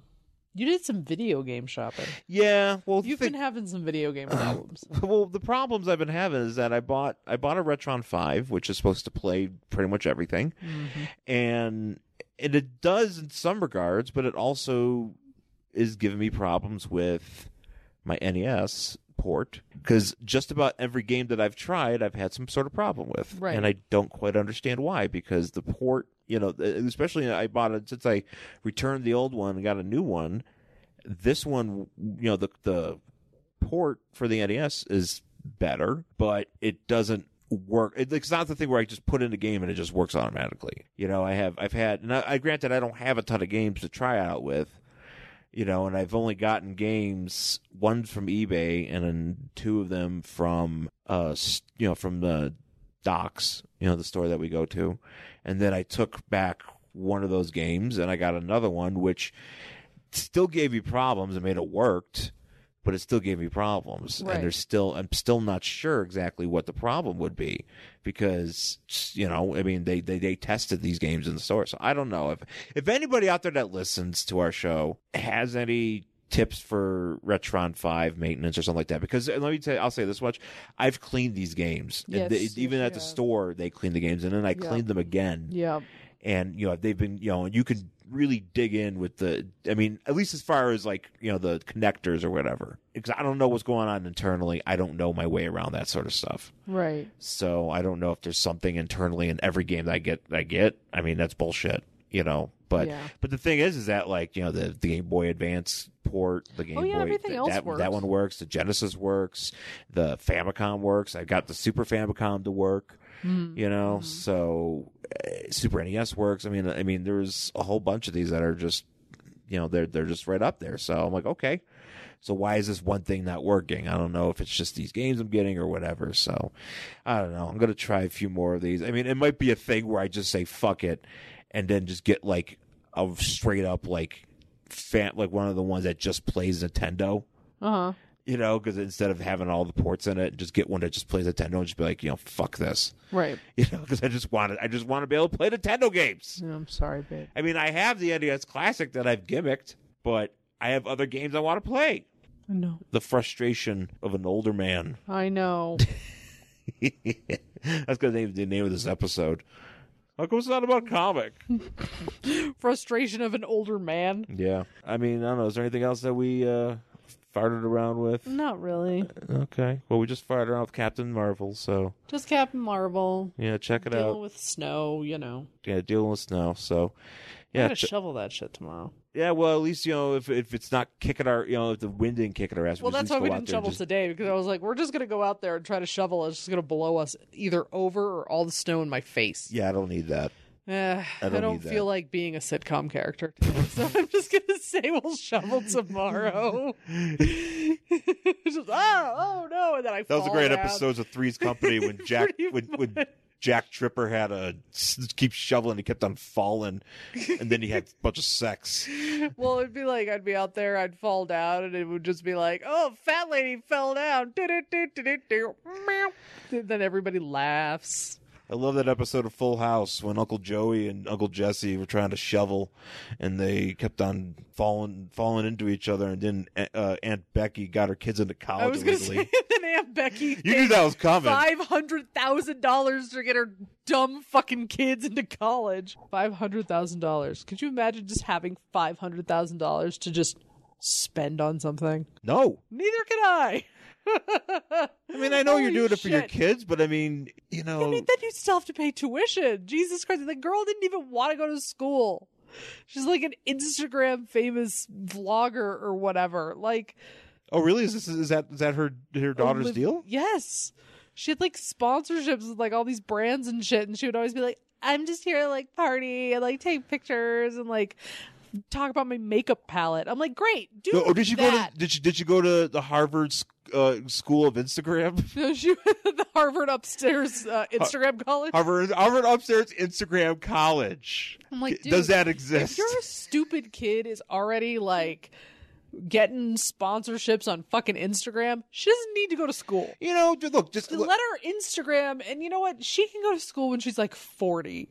Speaker 1: you did some video game shopping.
Speaker 2: Yeah, well,
Speaker 1: You've
Speaker 2: thi-
Speaker 1: been having some video game problems.
Speaker 2: well, the problems I've been having is that I bought I bought a Retron Five, which is supposed to play pretty much everything, and and it does in some regards, but it also is giving me problems with my NES port because just about every game that I've tried, I've had some sort of problem with,
Speaker 1: Right.
Speaker 2: and I don't quite understand why because the port, you know, e, especially I bought it since I returned the old one and got a new one. This one, you know, the the port for the NES is better, but it doesn't work. It, it's not the thing where I just put in a game and it just works automatically. You know, I have I've had, and I, I granted I don't have a ton of games to try out with. You know, and I've only gotten games one from eBay and then two of them from uh s- you know from the docks, you know, the store that we go to, and then I took back one of those games and I got another one which still gave me problems and made it worked but it still gave me problems
Speaker 1: Right.
Speaker 2: and there's still i'm still not sure exactly what the problem would be because you know i mean they they, they tested these games in the store so i don't know if if anybody out there that listens to our show has any tips for retron 5 maintenance or something like that because and let me tell you i'll say this much i've cleaned these games And
Speaker 1: Yes,
Speaker 2: they-
Speaker 1: yes,
Speaker 2: even at the
Speaker 1: you have.
Speaker 2: store they clean the games and then i
Speaker 1: Yeah.
Speaker 2: cleaned them again
Speaker 1: yeah.
Speaker 2: and you know they've been you know you can really dig in with the i mean at least as far as like you know the connectors or whatever because i don't know what's going on internally i don't know my way around that sort of stuff
Speaker 1: Right.
Speaker 2: so i don't know if there's something internally in every game that i get that i get i mean that's bullshit you know but
Speaker 1: Yeah.
Speaker 2: but the thing is is that like you know the, the game boy advance port the game
Speaker 1: Oh, yeah,
Speaker 2: boy
Speaker 1: everything
Speaker 2: th-
Speaker 1: else
Speaker 2: that,
Speaker 1: works.
Speaker 2: that one works the genesis works the famicom works i got the super famicom to work
Speaker 1: Mm-hmm.
Speaker 2: you know so uh, super nes works i mean i mean there's a whole bunch of these that are just you know they're they're just right up there so i'm like okay so why is this one thing not working i don't know if it's just these games i'm getting or whatever so i don't know i'm going to try a few more of these i mean it might be a thing where i just say fuck it and then just get like a straight up like fan like one of the ones that just plays nintendo
Speaker 1: Uh huh.
Speaker 2: you know, because instead of having all the ports in it, just get one that just plays Nintendo and just be like, you know, fuck this,
Speaker 1: Right.
Speaker 2: you know, because I just want to, I just want to be able to play Nintendo games.
Speaker 1: Yeah, I'm sorry, babe.
Speaker 2: I mean, I have the NES Classic that I've gimmicked, but I have other games I want to play.
Speaker 1: I know.
Speaker 2: The frustration of an older man.
Speaker 1: I know.
Speaker 2: That's gonna name the name of this episode. How come it's not about comic?
Speaker 1: Frustration of an older man.
Speaker 2: yeah, I mean, I don't know. Is there anything else that we uh farted around with?
Speaker 1: Not really.
Speaker 2: Okay, well, we just farted around with Captain Marvel, so
Speaker 1: Just Captain Marvel.
Speaker 2: yeah, check it
Speaker 1: Dealing
Speaker 2: out.
Speaker 1: with snow, you know.
Speaker 2: Yeah, dealing with snow. So yeah,
Speaker 1: I gotta
Speaker 2: ch-
Speaker 1: shovel that shit tomorrow.
Speaker 2: yeah. Well, at least you know if if it's not kicking our, you know, if the wind didn't kick in our ass.
Speaker 1: Well,
Speaker 2: at
Speaker 1: that's
Speaker 2: least
Speaker 1: why we
Speaker 2: go out
Speaker 1: didn't
Speaker 2: there and
Speaker 1: shovel
Speaker 2: just-
Speaker 1: today because I was like, we're just gonna go out there and try to shovel. It's just gonna blow us either over or all the snow in my face.
Speaker 2: Yeah, I don't need that.
Speaker 1: Eh, I
Speaker 2: don't
Speaker 1: don't,
Speaker 2: need that.
Speaker 1: feel like being a sitcom character, today, so I'm just gonna say we'll shovel tomorrow. just, oh, oh no! And then I
Speaker 2: That was a
Speaker 1: fall
Speaker 2: great
Speaker 1: down.
Speaker 2: episode of Three's Company when Jack
Speaker 1: Pretty
Speaker 2: when, when Jack Tripper had a keep shoveling, he kept on falling, and then he had a bunch of sex.
Speaker 1: Well, it'd be like I'd be out there, I'd fall down, and it would just be like, "Oh, fat lady fell down." Do-do-do-do-do-do. Meow. And Then everybody laughs.
Speaker 2: I love that episode of Full House when Uncle Joey and Uncle Jesse were trying to shovel, and they kept on falling falling into each other, and then uh, Aunt Becky got her kids into college
Speaker 1: I was gonna
Speaker 2: illegally.
Speaker 1: say that Aunt Becky
Speaker 2: you knew that was coming.
Speaker 1: five hundred thousand dollars to get her dumb fucking kids into college. Five hundred thousand dollars. Could you imagine just having five hundred thousand dollars to just spend on something?
Speaker 2: No,
Speaker 1: Neither can I.
Speaker 2: I mean I know you're
Speaker 1: Holy
Speaker 2: doing it for your
Speaker 1: shit.
Speaker 2: kids, but I mean you know.
Speaker 1: I mean, then you still have to pay tuition. Jesus Christ. The girl didn't even want to go to school. She's like an Instagram famous vlogger or whatever. Like
Speaker 2: oh really? Is this is that is that her her daughter's
Speaker 1: Oliv-
Speaker 2: deal?
Speaker 1: Yes. She had like sponsorships with like all these brands and shit, and she would always be like, I'm just here to like party and like take pictures and like talk about my makeup palette. I'm like, Great, do
Speaker 2: oh, did you
Speaker 1: that.
Speaker 2: go to did you did you go to the Harvard uh, School of Instagram?
Speaker 1: No, she the Harvard upstairs uh, Instagram college.
Speaker 2: Harvard Harvard upstairs Instagram college.
Speaker 1: I'm like, dude,
Speaker 2: Does that
Speaker 1: if
Speaker 2: exist?
Speaker 1: your stupid kid is already like getting sponsorships on fucking Instagram, she doesn't need to go to school.
Speaker 2: You know, dude, look, just look,
Speaker 1: let her Instagram, and you know what? She can go to school when she's like forty,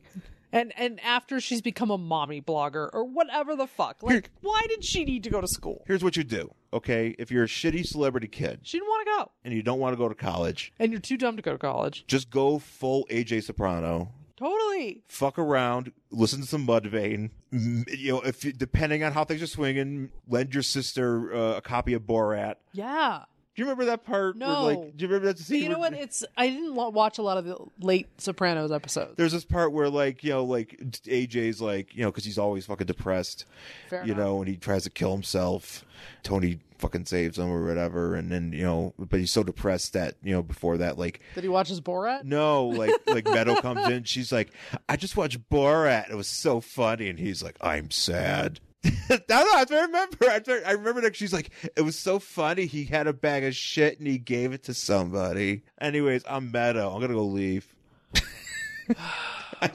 Speaker 1: and and after she's become a mommy blogger or whatever the fuck. Like, why did she need to go to school?
Speaker 2: here's what you do. Okay, if you're a shitty celebrity kid
Speaker 1: She didn't want to go,
Speaker 2: and you don't want to go to college,
Speaker 1: and you're too dumb to go to college.
Speaker 2: just go full AJ Soprano.
Speaker 1: Totally.
Speaker 2: Fuck around, listen to some Mudvayne. M- You know, if you- depending on how things are swinging, lend your sister uh, a copy of Borat.
Speaker 1: Yeah.
Speaker 2: Do you remember that part?
Speaker 1: No.
Speaker 2: Where, like, do you remember that
Speaker 1: But
Speaker 2: scene?
Speaker 1: you know
Speaker 2: where-
Speaker 1: what? It's I didn't lo- watch a lot of the late Sopranos episodes.
Speaker 2: there's this part where like you know like AJ's like you know because he's always fucking depressed,
Speaker 1: Fair
Speaker 2: you
Speaker 1: enough.
Speaker 2: know, and he tries to kill himself. Tony fucking saves him or whatever, and then you know, but he's so depressed that you know before that like
Speaker 1: Did he watch his Borat?
Speaker 2: no like like Meadow comes in, she's like, I just watched Borat, it was so funny, and he's like, I'm sad. no, no, that's what I remember. I, I remember that she's like, it was so funny. He had a bag of shit and he gave it to somebody. Anyways, I'm Meadow. I'm gonna go leave.
Speaker 1: I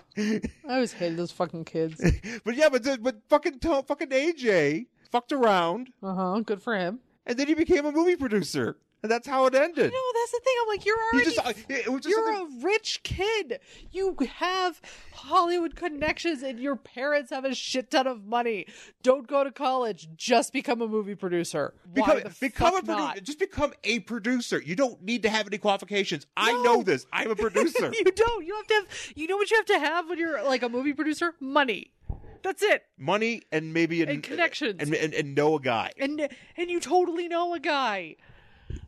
Speaker 1: always hated those fucking kids.
Speaker 2: But yeah, but but fucking to- fucking AJ fucked around,
Speaker 1: Uh huh. Good for him.
Speaker 2: and then he became a movie producer, and that's how it ended.
Speaker 1: No, that's the thing. I'm like, you're
Speaker 2: He
Speaker 1: already
Speaker 2: just uh, it was just
Speaker 1: You're
Speaker 2: something-
Speaker 1: a rich kid. You have Hollywood connections, and your parents have a shit ton of money. Don't go to college. Just become a movie producer. Why
Speaker 2: become,
Speaker 1: the
Speaker 2: become a
Speaker 1: fuck
Speaker 2: producer.
Speaker 1: not?
Speaker 2: Just become a producer. You don't need to have any qualifications. I
Speaker 1: No.
Speaker 2: know this. I'm a producer.
Speaker 1: You don't. You have to have. You know what you have to have when you're like a movie producer? Money. That's it.
Speaker 2: Money and maybe an,
Speaker 1: And connections.
Speaker 2: and, and and know a guy.
Speaker 1: And and you totally know a guy.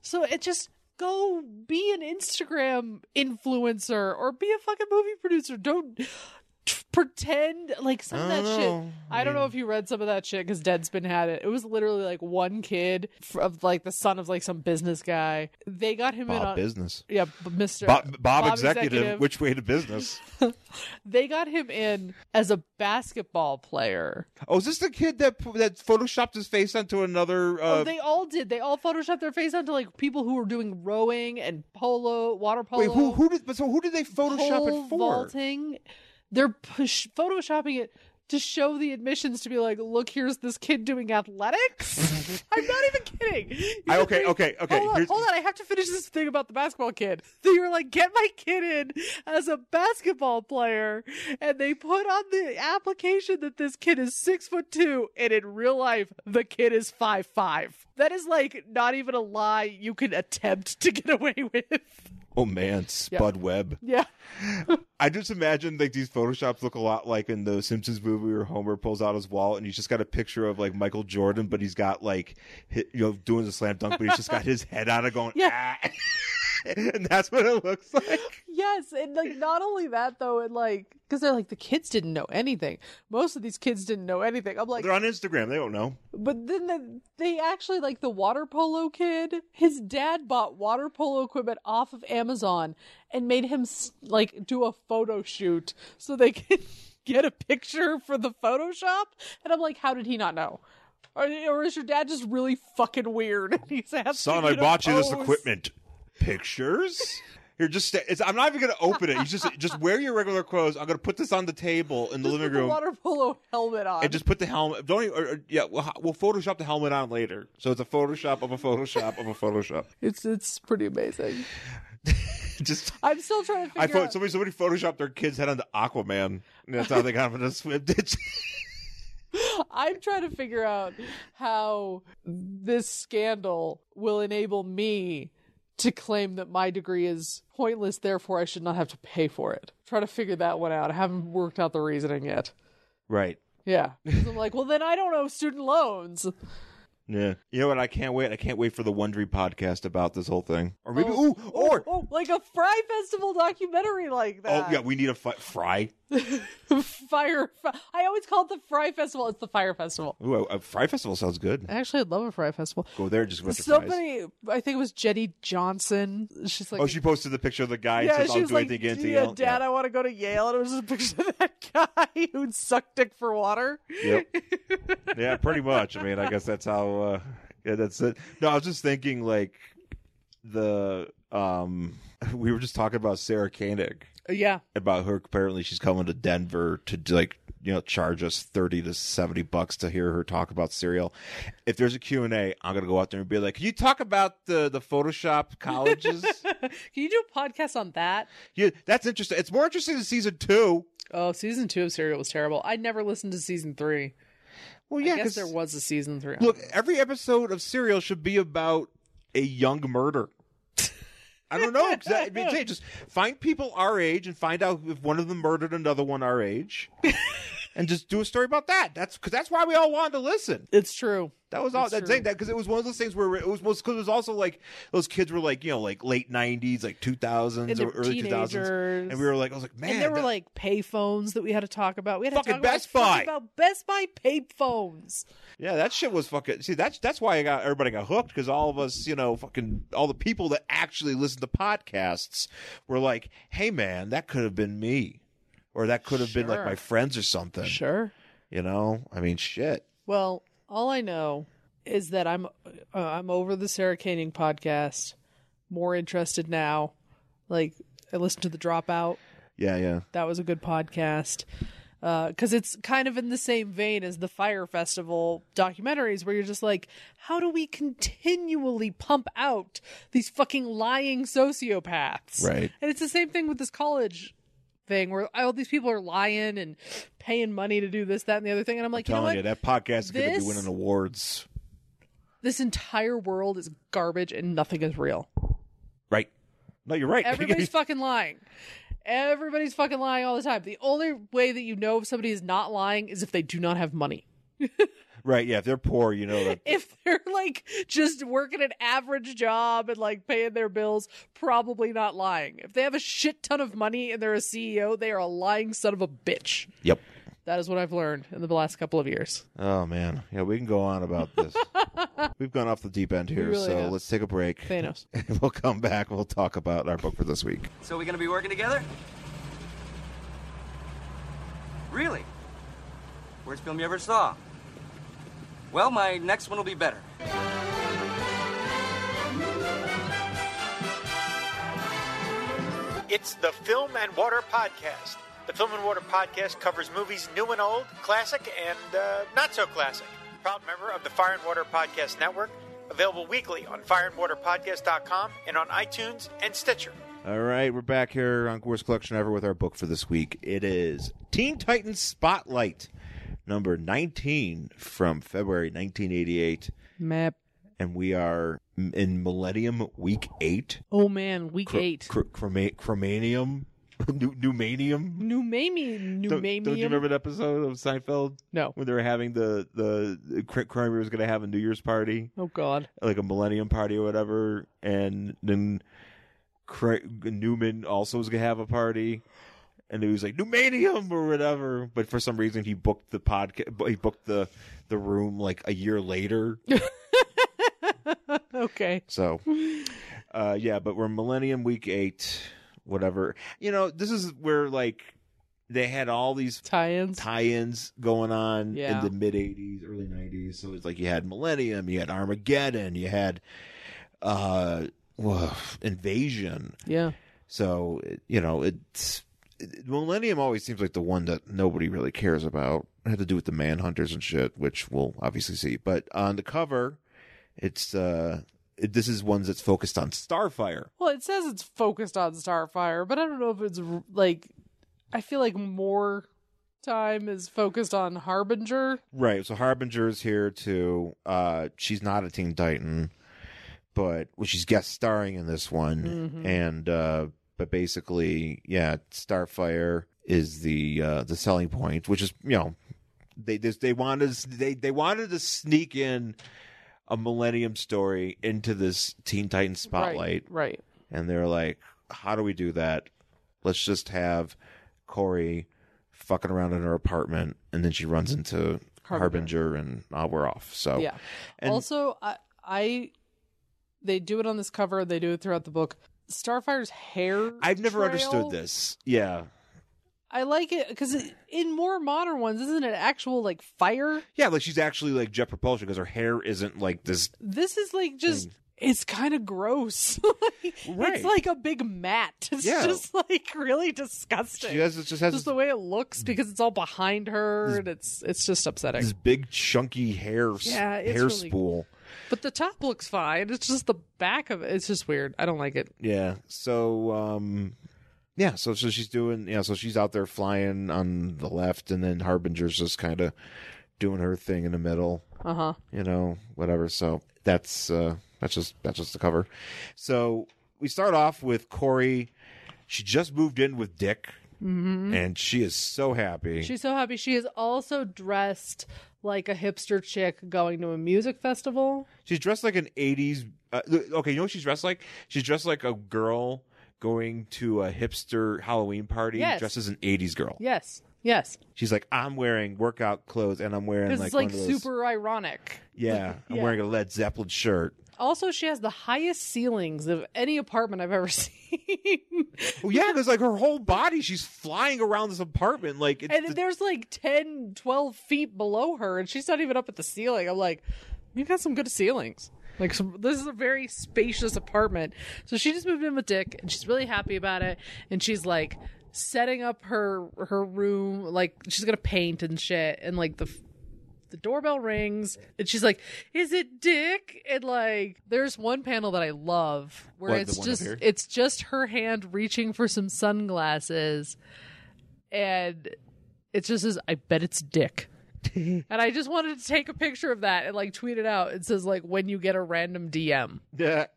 Speaker 1: So it just go be an Instagram influencer or be a fucking movie producer. Don't. Pretend like some of
Speaker 2: I
Speaker 1: that
Speaker 2: don't
Speaker 1: shit.
Speaker 2: know.
Speaker 1: I don't know if you read some of that shit because Deadspin had it. It was literally like one kid f- of like the son of like some business guy. They got him in on
Speaker 2: business.
Speaker 1: yeah, b- Mr.
Speaker 2: Bob, Bob, executive,
Speaker 1: Executive.
Speaker 2: Which way to business?
Speaker 1: They got him in as a basketball player.
Speaker 2: Oh, is this the kid that that photoshopped his face onto another? Uh,
Speaker 1: oh, they all did. They all photoshopped their face onto like people who were doing rowing and polo, water polo.
Speaker 2: wait, who who did? but So who did they Photoshop
Speaker 1: pole
Speaker 2: it for?
Speaker 1: vaulting. They're push- photoshopping it to show the admissions to be like, look, here's this kid doing athletics. I'm not even kidding. thing. You
Speaker 2: I,
Speaker 1: said
Speaker 2: okay,
Speaker 1: three-
Speaker 2: okay, okay.
Speaker 1: Hold on,
Speaker 2: here's-
Speaker 1: hold on. I have to finish this thing about the basketball kid. That you were like, get my kid in as a basketball player, and they put on the application that this kid is six foot two, and in real life, the kid is five five. That is like not even a lie you can attempt to get away with.
Speaker 2: Oh man, Spud Webb.
Speaker 1: Yeah,
Speaker 2: I just imagine like these photoshops look a lot like in the Simpsons movie where Homer pulls out his wallet and he's just got a picture of like Michael Jordan, but he's got like hi you know doing the slam dunk, but he's just got his head out of going.
Speaker 1: Yeah.
Speaker 2: "Ah." and that's what it looks like.
Speaker 1: yes, and like not only that though, and like because they're like the kids didn't know anything. Most of these kids didn't know anything. I'm like,
Speaker 2: They're on Instagram. They don't know.
Speaker 1: But then the, they actually like the water polo kid. His dad bought water polo equipment off of Amazon and made him s- like do a photo shoot so they could get a picture for the Photoshop. And I'm like, how did he not know? Or, or is your dad just really fucking weird? And he's asking
Speaker 2: Son,
Speaker 1: you oh,
Speaker 2: I
Speaker 1: to
Speaker 2: bought you this
Speaker 1: pose?
Speaker 2: equipment. Pictures? Here, just sta it's, I'm not even gonna open it. You just just wear your regular clothes. I'm gonna put this on the table in the
Speaker 1: Just
Speaker 2: living
Speaker 1: put the
Speaker 2: room.
Speaker 1: water polo helmet on.
Speaker 2: and just put the helmet. Don't even, or, or- yeah. We'll, ho- we'll Photoshop the helmet on later, so it's a Photoshop of a Photoshop of a Photoshop.
Speaker 1: It's it's pretty amazing.
Speaker 2: just
Speaker 1: I'm still trying to
Speaker 2: I
Speaker 1: figure
Speaker 2: thought
Speaker 1: out.
Speaker 2: somebody somebody photoshopped their kid's head onto Aquaman, and that's how they got him in a swim ditch.
Speaker 1: I'm trying to figure out how this scandal will enable me to claim that my degree is pointless, therefore I should not have to pay for it. Try to figure that one out. I haven't worked out the reasoning yet.
Speaker 2: right.
Speaker 1: Yeah. 'Cause I'm like, well, then I don't owe student loans.
Speaker 2: Yeah. You know what? I can't wait. I can't wait for the Wondery podcast about this whole thing. Or maybe ooh, or oh,
Speaker 1: Oh, like a Fry Festival documentary like that.
Speaker 2: yeah, we need a fi- fry.
Speaker 1: Fire. Fry- I always call it the Fry Festival. It's the Fire Festival.
Speaker 2: Ooh, a, a fry festival sounds good.
Speaker 1: Actually, I'd love a Fry Festival.
Speaker 2: Go there, just go with the fries.
Speaker 1: Somebody, I think it was Jenny Johnson. She's like,
Speaker 2: Oh, she posted the picture of the guy. and says, I'll do anything against
Speaker 1: yeah, Dad, I want to go to Yale. And it was just a picture of that guy who'd suck dick for water.
Speaker 2: Yep. yeah, pretty much. I mean, I guess that's how. Uh, yeah, that's it. No, I was just thinking like the um we were just talking about Sarah Koenig
Speaker 1: Uh, Yeah.
Speaker 2: about her. Apparently, she's coming to Denver to do, like you know charge us thirty to seventy bucks to hear her talk about cereal. If there's a Q and A, I'm gonna go out there and be like, "Can you talk about the the Photoshop colleges?
Speaker 1: Can you do a podcast on that?
Speaker 2: yeah, that's interesting. It's more interesting than season two.
Speaker 1: Oh, season two of Serial was terrible. I never listened to season three.
Speaker 2: Well,
Speaker 1: I
Speaker 2: yeah,
Speaker 1: guess
Speaker 2: 'cause-
Speaker 1: there was a season three.
Speaker 2: Look, every episode of Serial should be about a young murder. I don't know. 'cause that- I mean, hey, just find people our age and find out if one of them murdered another one our age, and just do a story about that. That's because that's why we all wanted to listen.
Speaker 1: it's true.
Speaker 2: That was all
Speaker 1: That's
Speaker 2: that
Speaker 1: true.
Speaker 2: thing that because it was one of those things where it was most because it was also like those kids were like you know like late nineties, like two
Speaker 1: And
Speaker 2: thousands or
Speaker 1: they're
Speaker 2: early two thousands,
Speaker 1: teenagers.
Speaker 2: and we were like, I was like, man,
Speaker 1: and there were
Speaker 2: that-
Speaker 1: like pay phones that we had to talk about. We had to
Speaker 2: Fucking
Speaker 1: talk about-
Speaker 2: Best Buy.
Speaker 1: about Best Buy pay phones.
Speaker 2: Yeah, that shit was fucking. See, that's that's why I got everybody got hooked because all of us, you know, fucking all the people that actually listen to podcasts were like, "Hey, man, that could have been me, or that could have been like
Speaker 1: Sure.
Speaker 2: my friends or something."
Speaker 1: Sure.
Speaker 2: You know, I mean, shit.
Speaker 1: Well, all I know is that I'm uh, I'm over the Sarah Koenig podcast. More interested now. Like I listened to the Dropout.
Speaker 2: Yeah, yeah.
Speaker 1: That was a good podcast. Because it's kind of in the same vein as the Fire Festival documentaries, where you're just like, how do we continually pump out these fucking lying sociopaths?
Speaker 2: Right.
Speaker 1: And it's the same thing with this college thing where all these people are lying and paying money to do this, that, and the other thing. And I'm like, you know what?
Speaker 2: Telling you, that podcast is going to
Speaker 1: This-
Speaker 2: be winning awards,
Speaker 1: this entire world is garbage and nothing is real.
Speaker 2: right? No, you're right.
Speaker 1: Everybody's fucking lying. Everybody's fucking lying all the time. The only way that you know if somebody is not lying is if they do not have money.
Speaker 2: right? Yeah, if they're poor, you know that.
Speaker 1: If they're like just working an average job and like paying their bills, probably not lying. If they have a shit ton of money and they're a CEO, they are a lying son of a bitch.
Speaker 2: Yep.
Speaker 1: That is what I've learned in the last couple of years.
Speaker 2: Oh man, yeah, we can go on about this. We've gone off the deep end here,
Speaker 1: really
Speaker 2: so
Speaker 1: have.
Speaker 2: let's take a break.
Speaker 1: Thanos.
Speaker 2: we'll come back. We'll talk about our book for this week.
Speaker 3: So we gonna be working together? Really? Worst film you ever saw? Well, my next one will be better.
Speaker 4: It's the Film and Water Podcast. The Film and Water Podcast covers movies new and old, classic and uh, not so classic. Proud member of the Fire and Water Podcast Network, available weekly on fireandwaterpodcast.com and on iTunes and Stitcher.
Speaker 2: All right, we're back here on Worst Collection Ever with our book for this week. It is Teen Titans Spotlight, number 19 from February 1988.
Speaker 1: Map.
Speaker 2: And we are m- in Millennium Week 8.
Speaker 1: Oh man, week eight.
Speaker 2: Cr- crema- cremanium? Nu- Numanium?
Speaker 1: New Mamie, New
Speaker 2: Don't,
Speaker 1: Mamie.
Speaker 2: don't you remember that episode of Seinfeld
Speaker 1: No.
Speaker 2: when they were having the the Cr- Kramer was going to have a New Year's party?
Speaker 1: Oh God.
Speaker 2: like a millennium party or whatever, and then Cra- Newman also was gonna have a party, and he was like Newmanium or whatever. But for some reason, he booked the podcast. He booked the the room like a year later.
Speaker 1: Okay.
Speaker 2: So, uh, yeah, but we're Millennium Week Eight, whatever. You know, this is where like they had all these
Speaker 1: Tie-ins.
Speaker 2: tie-ins going on
Speaker 1: Yeah.
Speaker 2: in the mid 80s early 90s so it's like you had millennium you had armageddon you had uh whoa, invasion
Speaker 1: yeah.
Speaker 2: so it- you know it's it, millennium always seems like the one that nobody really cares about it had to do with the manhunters and shit which we'll obviously see but on the cover it's uh it, this is ones that's focused on starfire
Speaker 1: Well, it says it's focused on Starfire, but I don't know if it's r- like. I feel like more time is focused on Harbinger.
Speaker 2: Right. So Harbinger's here too. Uh, she's not a Teen Titan, but well, she's guest starring in this one. And uh, but basically, yeah, Starfire is the uh, the selling point, which is you know they this they wanted they they wanted to sneak in a Millennium story into this Teen Titan spotlight,
Speaker 1: Right.
Speaker 2: and they're like, how do we do that? Let's just have Corey fucking around in her apartment, and then she runs into Harbinger, and ah, we're off. So
Speaker 1: Yeah.
Speaker 2: and
Speaker 1: also, I, I. They do it on this cover. They do it throughout the book. Starfire's hair.
Speaker 2: I've never
Speaker 1: trail-
Speaker 2: understood this. Yeah,
Speaker 1: I like it because in more modern ones, isn't it actual like fire?
Speaker 2: yeah, like she's actually like jet propulsion because her hair isn't like this.
Speaker 1: This is like just. It's kind of gross. Like,
Speaker 2: Right.
Speaker 1: It's like a big mat. It's
Speaker 2: Yeah.
Speaker 1: just like really disgusting.
Speaker 2: She has it just has
Speaker 1: just
Speaker 2: this,
Speaker 1: the way it looks
Speaker 2: Mm.
Speaker 1: because it's all behind her and it's it's just upsetting.
Speaker 2: this big chunky hair s-
Speaker 1: Yeah, it's
Speaker 2: hair
Speaker 1: really-
Speaker 2: spool.
Speaker 1: But the top looks fine. It's just the back of it. It's just weird. I don't like it.
Speaker 2: Yeah. So um yeah, so so she's doing yeah, so she's out there flying on the left and then Harbinger's just kind of doing her thing in the middle.
Speaker 1: Uh-huh.
Speaker 2: You know, whatever. So that's uh that's just that's just the cover. So we start off with Corey. She just moved in with Dick. And she is so happy.
Speaker 1: She's so happy. Mm-hmm. She is also dressed like a hipster chick going to a music festival.
Speaker 2: She's dressed like an '80s. Uh, okay, you know what she's dressed like? She's dressed like a girl going to a hipster Halloween party,
Speaker 1: Yes.
Speaker 2: dressed as an '80s girl.
Speaker 1: Yes. Yes.
Speaker 2: She's like, I'm wearing workout clothes and I'm wearing
Speaker 1: Because
Speaker 2: like,
Speaker 1: it's like
Speaker 2: one of those-
Speaker 1: super ironic.
Speaker 2: Yeah, I'm
Speaker 1: yeah.
Speaker 2: wearing a Led Zeppelin shirt.
Speaker 1: Also, she has the highest ceilings of any apartment I've ever seen.
Speaker 2: Well, yeah, because like her whole body, she's flying around this apartment. Like, it's
Speaker 1: and
Speaker 2: the-
Speaker 1: there's like 10 12 feet below her and she's not even up at the ceiling i'm like you've got some good ceilings like some, this is a very spacious apartment so she just moved in with dick and she's really happy about it and she's like setting up her her room like she's gonna paint and shit and like the the doorbell rings and she's like is it dick and like there's one panel that i love where
Speaker 2: What, the
Speaker 1: it's
Speaker 2: one up
Speaker 1: just
Speaker 2: here?
Speaker 1: it's just her hand reaching for some sunglasses and it just says, I bet it's dick. and I just wanted to take a picture of that and like tweet it out. It says like when you get a random DM.
Speaker 2: yeah.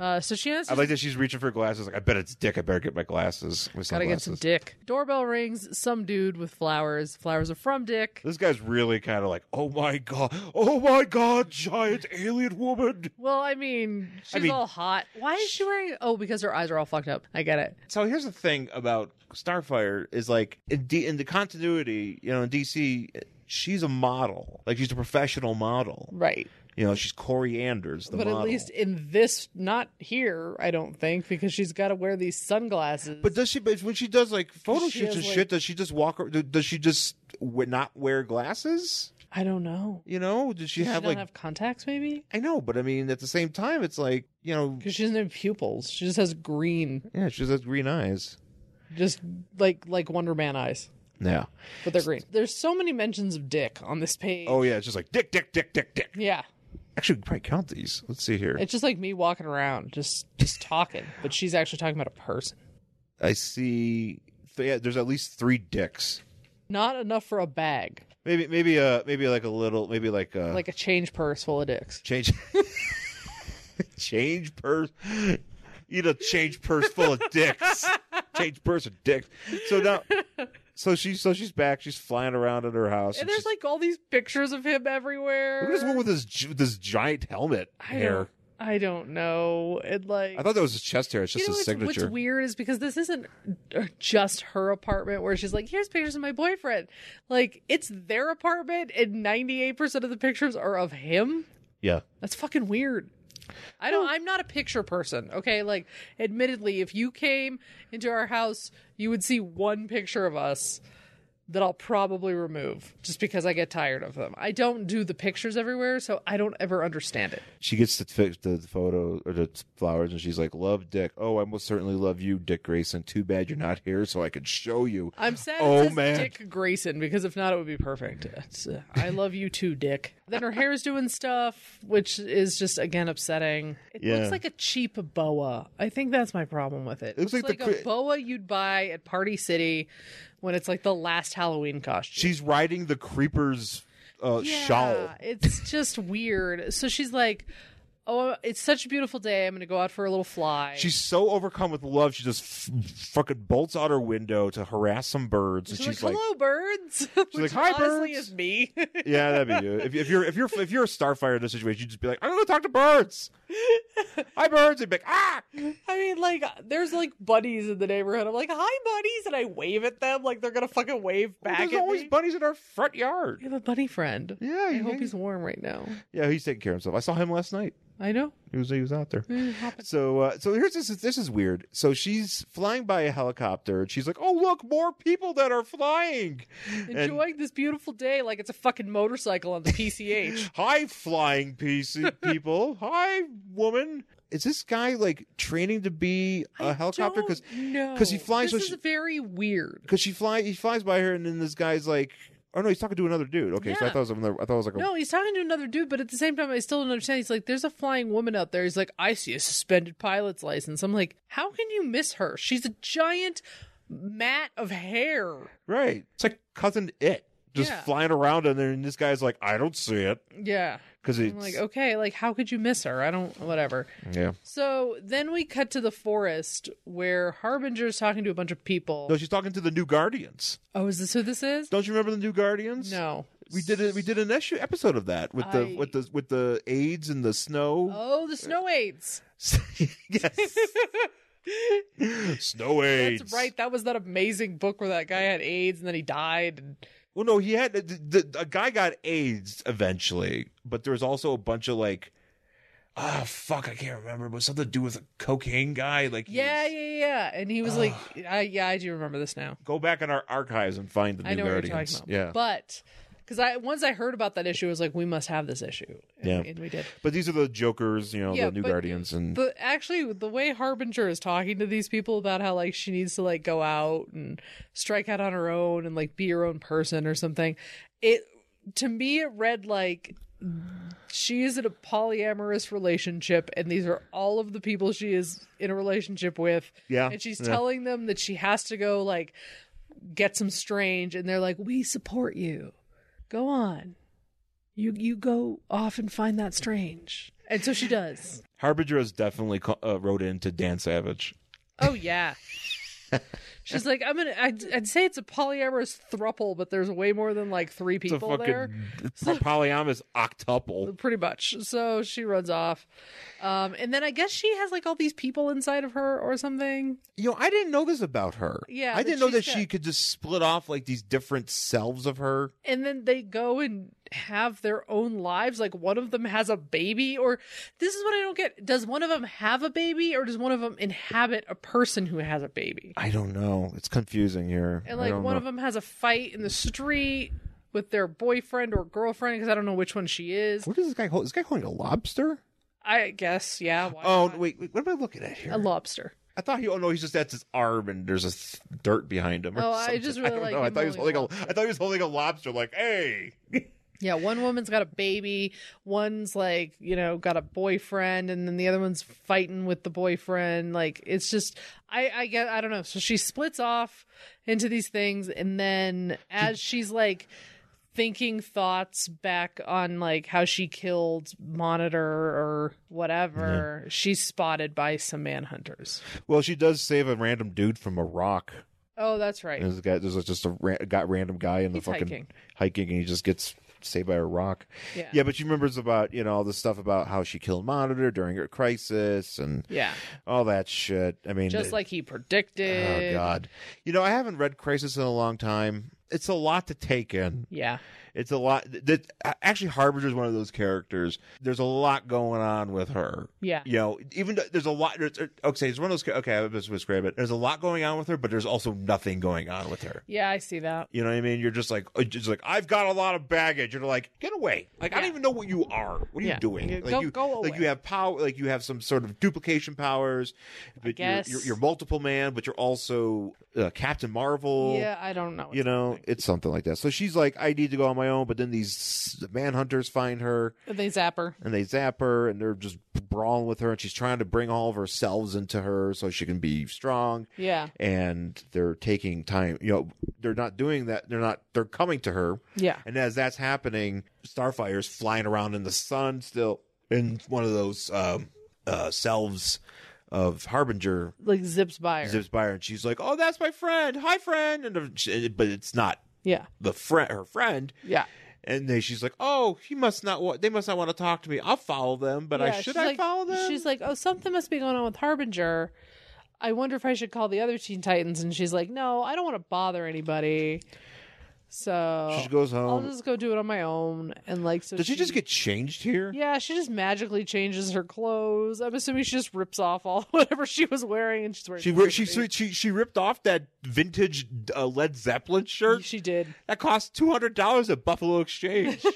Speaker 1: Uh, so she has
Speaker 2: I like that she's reaching for glasses. Like, I bet it's Dick. I better get my glasses. My
Speaker 1: gotta get some
Speaker 2: sunglasses.
Speaker 1: dick. Doorbell rings, some dude with flowers. Flowers are from Dick.
Speaker 2: This guy's really kind of like, oh my god, oh my god, giant alien woman.
Speaker 1: Well, I mean, she's
Speaker 2: mean-
Speaker 1: all hot. Why is she wearing? Oh, because her eyes are all fucked up. I get it.
Speaker 2: So here's the thing about Starfire is like in, D- in the continuity, you know, in DC, she's a model. Like she's a professional model.
Speaker 1: Right.
Speaker 2: You know, she's Corey Anders, the
Speaker 1: But
Speaker 2: model.
Speaker 1: at least in this, not here, I don't think, because she's got to wear these sunglasses.
Speaker 2: but does she? But when she does like photo
Speaker 1: She
Speaker 2: shoots
Speaker 1: has,
Speaker 2: and
Speaker 1: like-
Speaker 2: shit, does she just walk? or- Does she just w- not wear glasses?
Speaker 1: I don't know.
Speaker 2: You know, does she
Speaker 1: Does she
Speaker 2: have
Speaker 1: not
Speaker 2: like?
Speaker 1: have contacts, maybe?
Speaker 2: I know, but I mean, at the same time, it's like you know,
Speaker 1: Because she doesn't have pupils. She just has green
Speaker 2: yeah, she has green eyes.
Speaker 1: just like like Wonder Man eyes,
Speaker 2: Yeah.
Speaker 1: but they're green. There's so many mentions of dick on this page.
Speaker 2: Oh yeah, it's just like dick, dick, dick, dick, dick.
Speaker 1: yeah,
Speaker 2: Actually, we could probably count these. Let's see here.
Speaker 1: It's just like me walking around, just just talking, but she's actually talking about a person.
Speaker 2: I see. th- yeah, there's at least three dicks.
Speaker 1: Not enough for a bag,
Speaker 2: Maybe, maybe, uh, maybe like a little, maybe like a
Speaker 1: like a change purse full of dicks.
Speaker 2: change, change purse. Eat a change purse full of dicks. change purse of dicks. So now, so she's so she's back. She's flying around at her house.
Speaker 1: And there's
Speaker 2: she's-
Speaker 1: like all these pictures of him everywhere.
Speaker 2: look at this one with this gi- this giant helmet
Speaker 1: I
Speaker 2: hair.
Speaker 1: don't, I don't know. And like
Speaker 2: I thought that was his chest hair. It's just
Speaker 1: you know
Speaker 2: his
Speaker 1: what's, what's
Speaker 2: signature.
Speaker 1: weird is because this isn't uh, just her apartment where she's like, here's pictures of my boyfriend. Like, it's their apartment, and 98% of the pictures are of him.
Speaker 2: Yeah.
Speaker 1: That's fucking weird. I don't, I'm not a picture person, okay? Like, admittedly, if you came into our house, you would see one picture of us that I'll probably remove just because I get tired of them. I don't do the pictures everywhere, so I don't ever understand it.
Speaker 2: she gets to fix the photo or the flowers and she's like love dick oh i most certainly love you dick grayson too bad you're not here so i could show you
Speaker 1: I'm sad
Speaker 2: Oh,
Speaker 1: it says
Speaker 2: man.
Speaker 1: Dick Grayson because if not, it would be perfect. It's, uh, I love you too, Dick. Then her hair's doing stuff, which is just again upsetting. It
Speaker 2: Yeah.
Speaker 1: looks like a cheap boa. I think that's my problem with it. It
Speaker 2: looks
Speaker 1: looks, like,
Speaker 2: like the
Speaker 1: a
Speaker 2: cri-
Speaker 1: boa you'd buy at Party City when it's like the last Halloween costume.
Speaker 2: she's riding the creeper's uh,
Speaker 1: Yeah,
Speaker 2: shawl
Speaker 1: It's just weird. So she's like, "Oh, it's such a beautiful day. I'm going to go out for a little fly."
Speaker 2: she's so overcome with love she just f- fucking bolts out her window to harass some birds and
Speaker 1: She's
Speaker 2: she's
Speaker 1: like,
Speaker 2: like,
Speaker 1: "Hello, birds." Which
Speaker 2: like, "Hi,
Speaker 1: honestly
Speaker 2: birds."
Speaker 1: Is me.
Speaker 2: yeah that'd be you if, if you're if you're if you're a starfire in this situation you'd just be like i'm gonna talk to birds hi birds and be like ah
Speaker 1: I mean, like, there's like buddies in the neighborhood. I'm like, hi, buddies. And I wave at them like they're going to fucking wave back
Speaker 2: there's
Speaker 1: at
Speaker 2: always
Speaker 1: me.
Speaker 2: bunnies in our front yard
Speaker 1: you have a bunny friend.
Speaker 2: yeah
Speaker 1: I
Speaker 2: you
Speaker 1: hope
Speaker 2: hang-
Speaker 1: he's warm right now.
Speaker 2: yeah he's taking care of himself i saw him last night
Speaker 1: I know.
Speaker 2: He was he was out there.
Speaker 1: Mm,
Speaker 2: So uh, so here's this this is weird. So she's flying by a helicopter and she's like, "Oh look, more people that are flying."
Speaker 1: Enjoying this beautiful day like it's a fucking motorcycle on the PCH.
Speaker 2: Hi flying PC people. Hi woman. Is this guy like training to be a helicopter cuz
Speaker 1: no,
Speaker 2: 'cause he flies
Speaker 1: This
Speaker 2: so
Speaker 1: is
Speaker 2: she-
Speaker 1: very weird.
Speaker 2: cuz she fly he flies by her and then this guy's like, "Oh no, he's talking to another dude." Okay, so I
Speaker 1: Yeah.
Speaker 2: thought it was another, I thought it was like a
Speaker 1: No, he's talking to another dude, but at the same time, I still don't understand. He's like, "There's a flying woman out there." He's like, "I see a suspended pilot's license." I'm like, "How can you miss her? She's a giant mat of hair."
Speaker 2: right. It's like cousin it just
Speaker 1: Yeah.
Speaker 2: flying around and then this guy's like, "I don't see it."
Speaker 1: Yeah,
Speaker 2: Cuz it's
Speaker 1: I'm like, oh. okay, like how could you miss her? I don't whatever.
Speaker 2: yeah.
Speaker 1: So then we cut to the forest where Harbinger's talking to a bunch of people.
Speaker 2: No, she's talking to the new guardians.
Speaker 1: oh, is this who this is?
Speaker 2: Don't you remember the New Guardians?
Speaker 1: No.
Speaker 2: We did a, we did an issue episode of that with the
Speaker 1: I-
Speaker 2: with the with the AIDS and the snow.
Speaker 1: Oh, the snow aids.
Speaker 2: yes. snow AIDS.
Speaker 1: That's right. That was that amazing book where that guy had AIDS and then he died. And
Speaker 2: Well, no, he had the, the, a guy got AIDS eventually, but there was also a bunch of like, oh fuck, I can't remember, but something to do with a cocaine guy. Like, he
Speaker 1: yeah,
Speaker 2: was-
Speaker 1: yeah, yeah. And he was like, I, yeah, I do remember this now.
Speaker 2: Go back in our archives and find the
Speaker 1: I know
Speaker 2: New
Speaker 1: what you're
Speaker 2: Guardians.
Speaker 1: talking about.
Speaker 2: Yeah,
Speaker 1: But because I once I heard about that issue, I was like, we must have this issue. And,
Speaker 2: Yeah.
Speaker 1: And we did.
Speaker 2: but these are the Jokers, you know,
Speaker 1: Yeah,
Speaker 2: the New
Speaker 1: but-
Speaker 2: Guardians, and
Speaker 1: But actually, the way Harbinger is talking to these people about how like she needs to like go out and strike out on her own and like be her own person or something, it to me it read like she is in a polyamorous relationship and these are all of the people she is in a relationship with.
Speaker 2: Yeah,
Speaker 1: and she's
Speaker 2: yeah.
Speaker 1: telling them that she has to go like get some strange, and they're like, "We support you. Go on." You you go off and find that strange, and so she does.
Speaker 2: Harbinger has definitely co- uh, wrote in to Dan Savage.
Speaker 1: Oh yeah. She's like, I'm gonna. I'd, I'd say it's a polyamorous thruple, but there's way more than like three
Speaker 2: It's a
Speaker 1: people there.
Speaker 2: fucking polyamorous octuple.
Speaker 1: Pretty much. So she runs off, um, and then I guess she has like all these people inside of her or something.
Speaker 2: You know, I didn't know this about her.
Speaker 1: Yeah,
Speaker 2: I
Speaker 1: that
Speaker 2: didn't know that
Speaker 1: she's
Speaker 2: she
Speaker 1: got-
Speaker 2: could just split off like these different selves of her.
Speaker 1: and then they go and have their own lives like one of them has a baby or this is what i don't get does one of them have a baby or does one of them inhabit a person who has a baby
Speaker 2: I don't know. It's confusing here.
Speaker 1: and
Speaker 2: I
Speaker 1: like
Speaker 2: don't
Speaker 1: one
Speaker 2: know.
Speaker 1: of them has a fight in the street with their boyfriend or girlfriend because i don't know which one she is
Speaker 2: What is this guy holding? Is this guy holding a lobster?
Speaker 1: i guess yeah why
Speaker 2: Oh
Speaker 1: not?
Speaker 2: wait, wait, what am I looking at here?
Speaker 1: a lobster
Speaker 2: I thought he. Oh no, he's just that's his arm, and there's a th- dirt behind him. Or
Speaker 1: Oh, I
Speaker 2: something.
Speaker 1: just really
Speaker 2: don't
Speaker 1: like
Speaker 2: know. I
Speaker 1: him
Speaker 2: thought he was
Speaker 1: holding
Speaker 2: holding
Speaker 1: a
Speaker 2: a. I thought he was holding a lobster. Like, hey,
Speaker 1: Yeah, one woman's got a baby, one's like, you know, got a boyfriend, and then the other one's fighting with the boyfriend. Like, it's just, I, I get, I don't know. So she splits off into these things, and then as she's like thinking thoughts back on like how she killed Monitor or whatever, she's spotted by some manhunters.
Speaker 2: Well, she does save a random dude from a rock.
Speaker 1: Oh, that's right.
Speaker 2: And There's a guy. There's just a ra- got random guy in the
Speaker 1: He's
Speaker 2: fucking
Speaker 1: hiking.
Speaker 2: hiking. and he just gets saved by a rock.
Speaker 1: Yeah.
Speaker 2: yeah, but she remembers about you know all the stuff about how she killed Monitor during her crisis and
Speaker 1: Yeah.
Speaker 2: all that shit. I mean,
Speaker 1: Just
Speaker 2: it-
Speaker 1: like he
Speaker 2: oh
Speaker 1: predicted.
Speaker 2: god, you know I haven't read Crisis in a long time. It's a lot to take in.
Speaker 1: Yeah.
Speaker 2: It's a lot. That actually Harbinger is one of those characters. There's a lot going on with her.
Speaker 1: Yeah.
Speaker 2: You know, even though there's a lot. There's, okay, it's one of those. Okay, I'll just describe it. There's a lot going on with her, but there's also nothing going on with her.
Speaker 1: Yeah, I see that.
Speaker 2: You know what I mean? You're just like, uh, just like I've got a lot of baggage. You're like, get away! Like I
Speaker 1: Yeah.
Speaker 2: don't even know what you are. What are
Speaker 1: Yeah.
Speaker 2: you doing?
Speaker 1: You-
Speaker 2: Like
Speaker 1: go-
Speaker 2: you,
Speaker 1: go
Speaker 2: like you
Speaker 1: away.
Speaker 2: have power. Like you have some sort of duplication powers. But you're-
Speaker 1: guess.
Speaker 2: You're, you're, multiple man, but you're also uh, Captain Marvel.
Speaker 1: Yeah, I don't know.
Speaker 2: You know, it's something like that. So she's like, I need to go on my own. But then these manhunters find her
Speaker 1: They zap her.
Speaker 2: and they zap her and they're just brawling with her. And she's trying to bring all of herself into her so she can be strong
Speaker 1: Yeah.
Speaker 2: and they're taking time you know they're not doing that they're not they're coming to her
Speaker 1: Yeah.
Speaker 2: and as that's happening starfire's flying around in the sun still in one of those um uh selves of harbinger
Speaker 1: Like zips by her.
Speaker 2: zips by her and she's like oh that's my friend hi friend and the- but it's not
Speaker 1: Yeah.
Speaker 2: the friend her friend
Speaker 1: Yeah.
Speaker 2: and then she's like oh he must not want they must not want to talk to me i'll follow them but
Speaker 1: Yeah,
Speaker 2: i should
Speaker 1: she's
Speaker 2: i
Speaker 1: like-
Speaker 2: follow them
Speaker 1: She's like, oh, something must be going on with Harbinger. I wonder if I should call the other Teen Titans. And she's like, no, I don't want to bother anybody. So
Speaker 2: she goes
Speaker 1: I'll
Speaker 2: home
Speaker 1: just go do it on my own. And like, so
Speaker 2: did she just get changed here
Speaker 1: Yeah, she just magically changes her clothes. I'm assuming she just rips off all whatever she was wearing, and she's wearing.
Speaker 2: She ri- she she she ripped off that vintage uh, Led Zeppelin shirt
Speaker 1: She did.
Speaker 2: that cost two hundred dollars at Buffalo Exchange.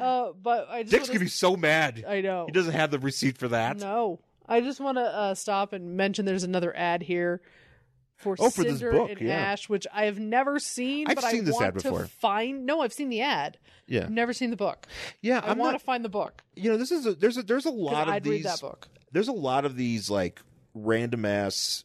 Speaker 1: Uh, but I just
Speaker 2: Dick's
Speaker 1: wanna-
Speaker 2: gonna be so mad.
Speaker 1: I know.
Speaker 2: He doesn't have the receipt for that.
Speaker 1: No, I just want to uh, stop and mention there's another ad here for
Speaker 2: Oh, for this
Speaker 1: Cinder
Speaker 2: book,
Speaker 1: and
Speaker 2: yeah.
Speaker 1: Ash, which I have never seen.
Speaker 2: I've
Speaker 1: but I
Speaker 2: seen this
Speaker 1: want
Speaker 2: ad before.
Speaker 1: To find no, I've seen the ad.
Speaker 2: Yeah,
Speaker 1: I've never seen the book.
Speaker 2: yeah.
Speaker 1: I
Speaker 2: I'm
Speaker 1: want
Speaker 2: not.
Speaker 1: to find the book.
Speaker 2: You know, this is a, there's a there's a
Speaker 1: 'cause
Speaker 2: lot of
Speaker 1: I'd read
Speaker 2: these.
Speaker 1: that book.
Speaker 2: There's a lot of these like random ass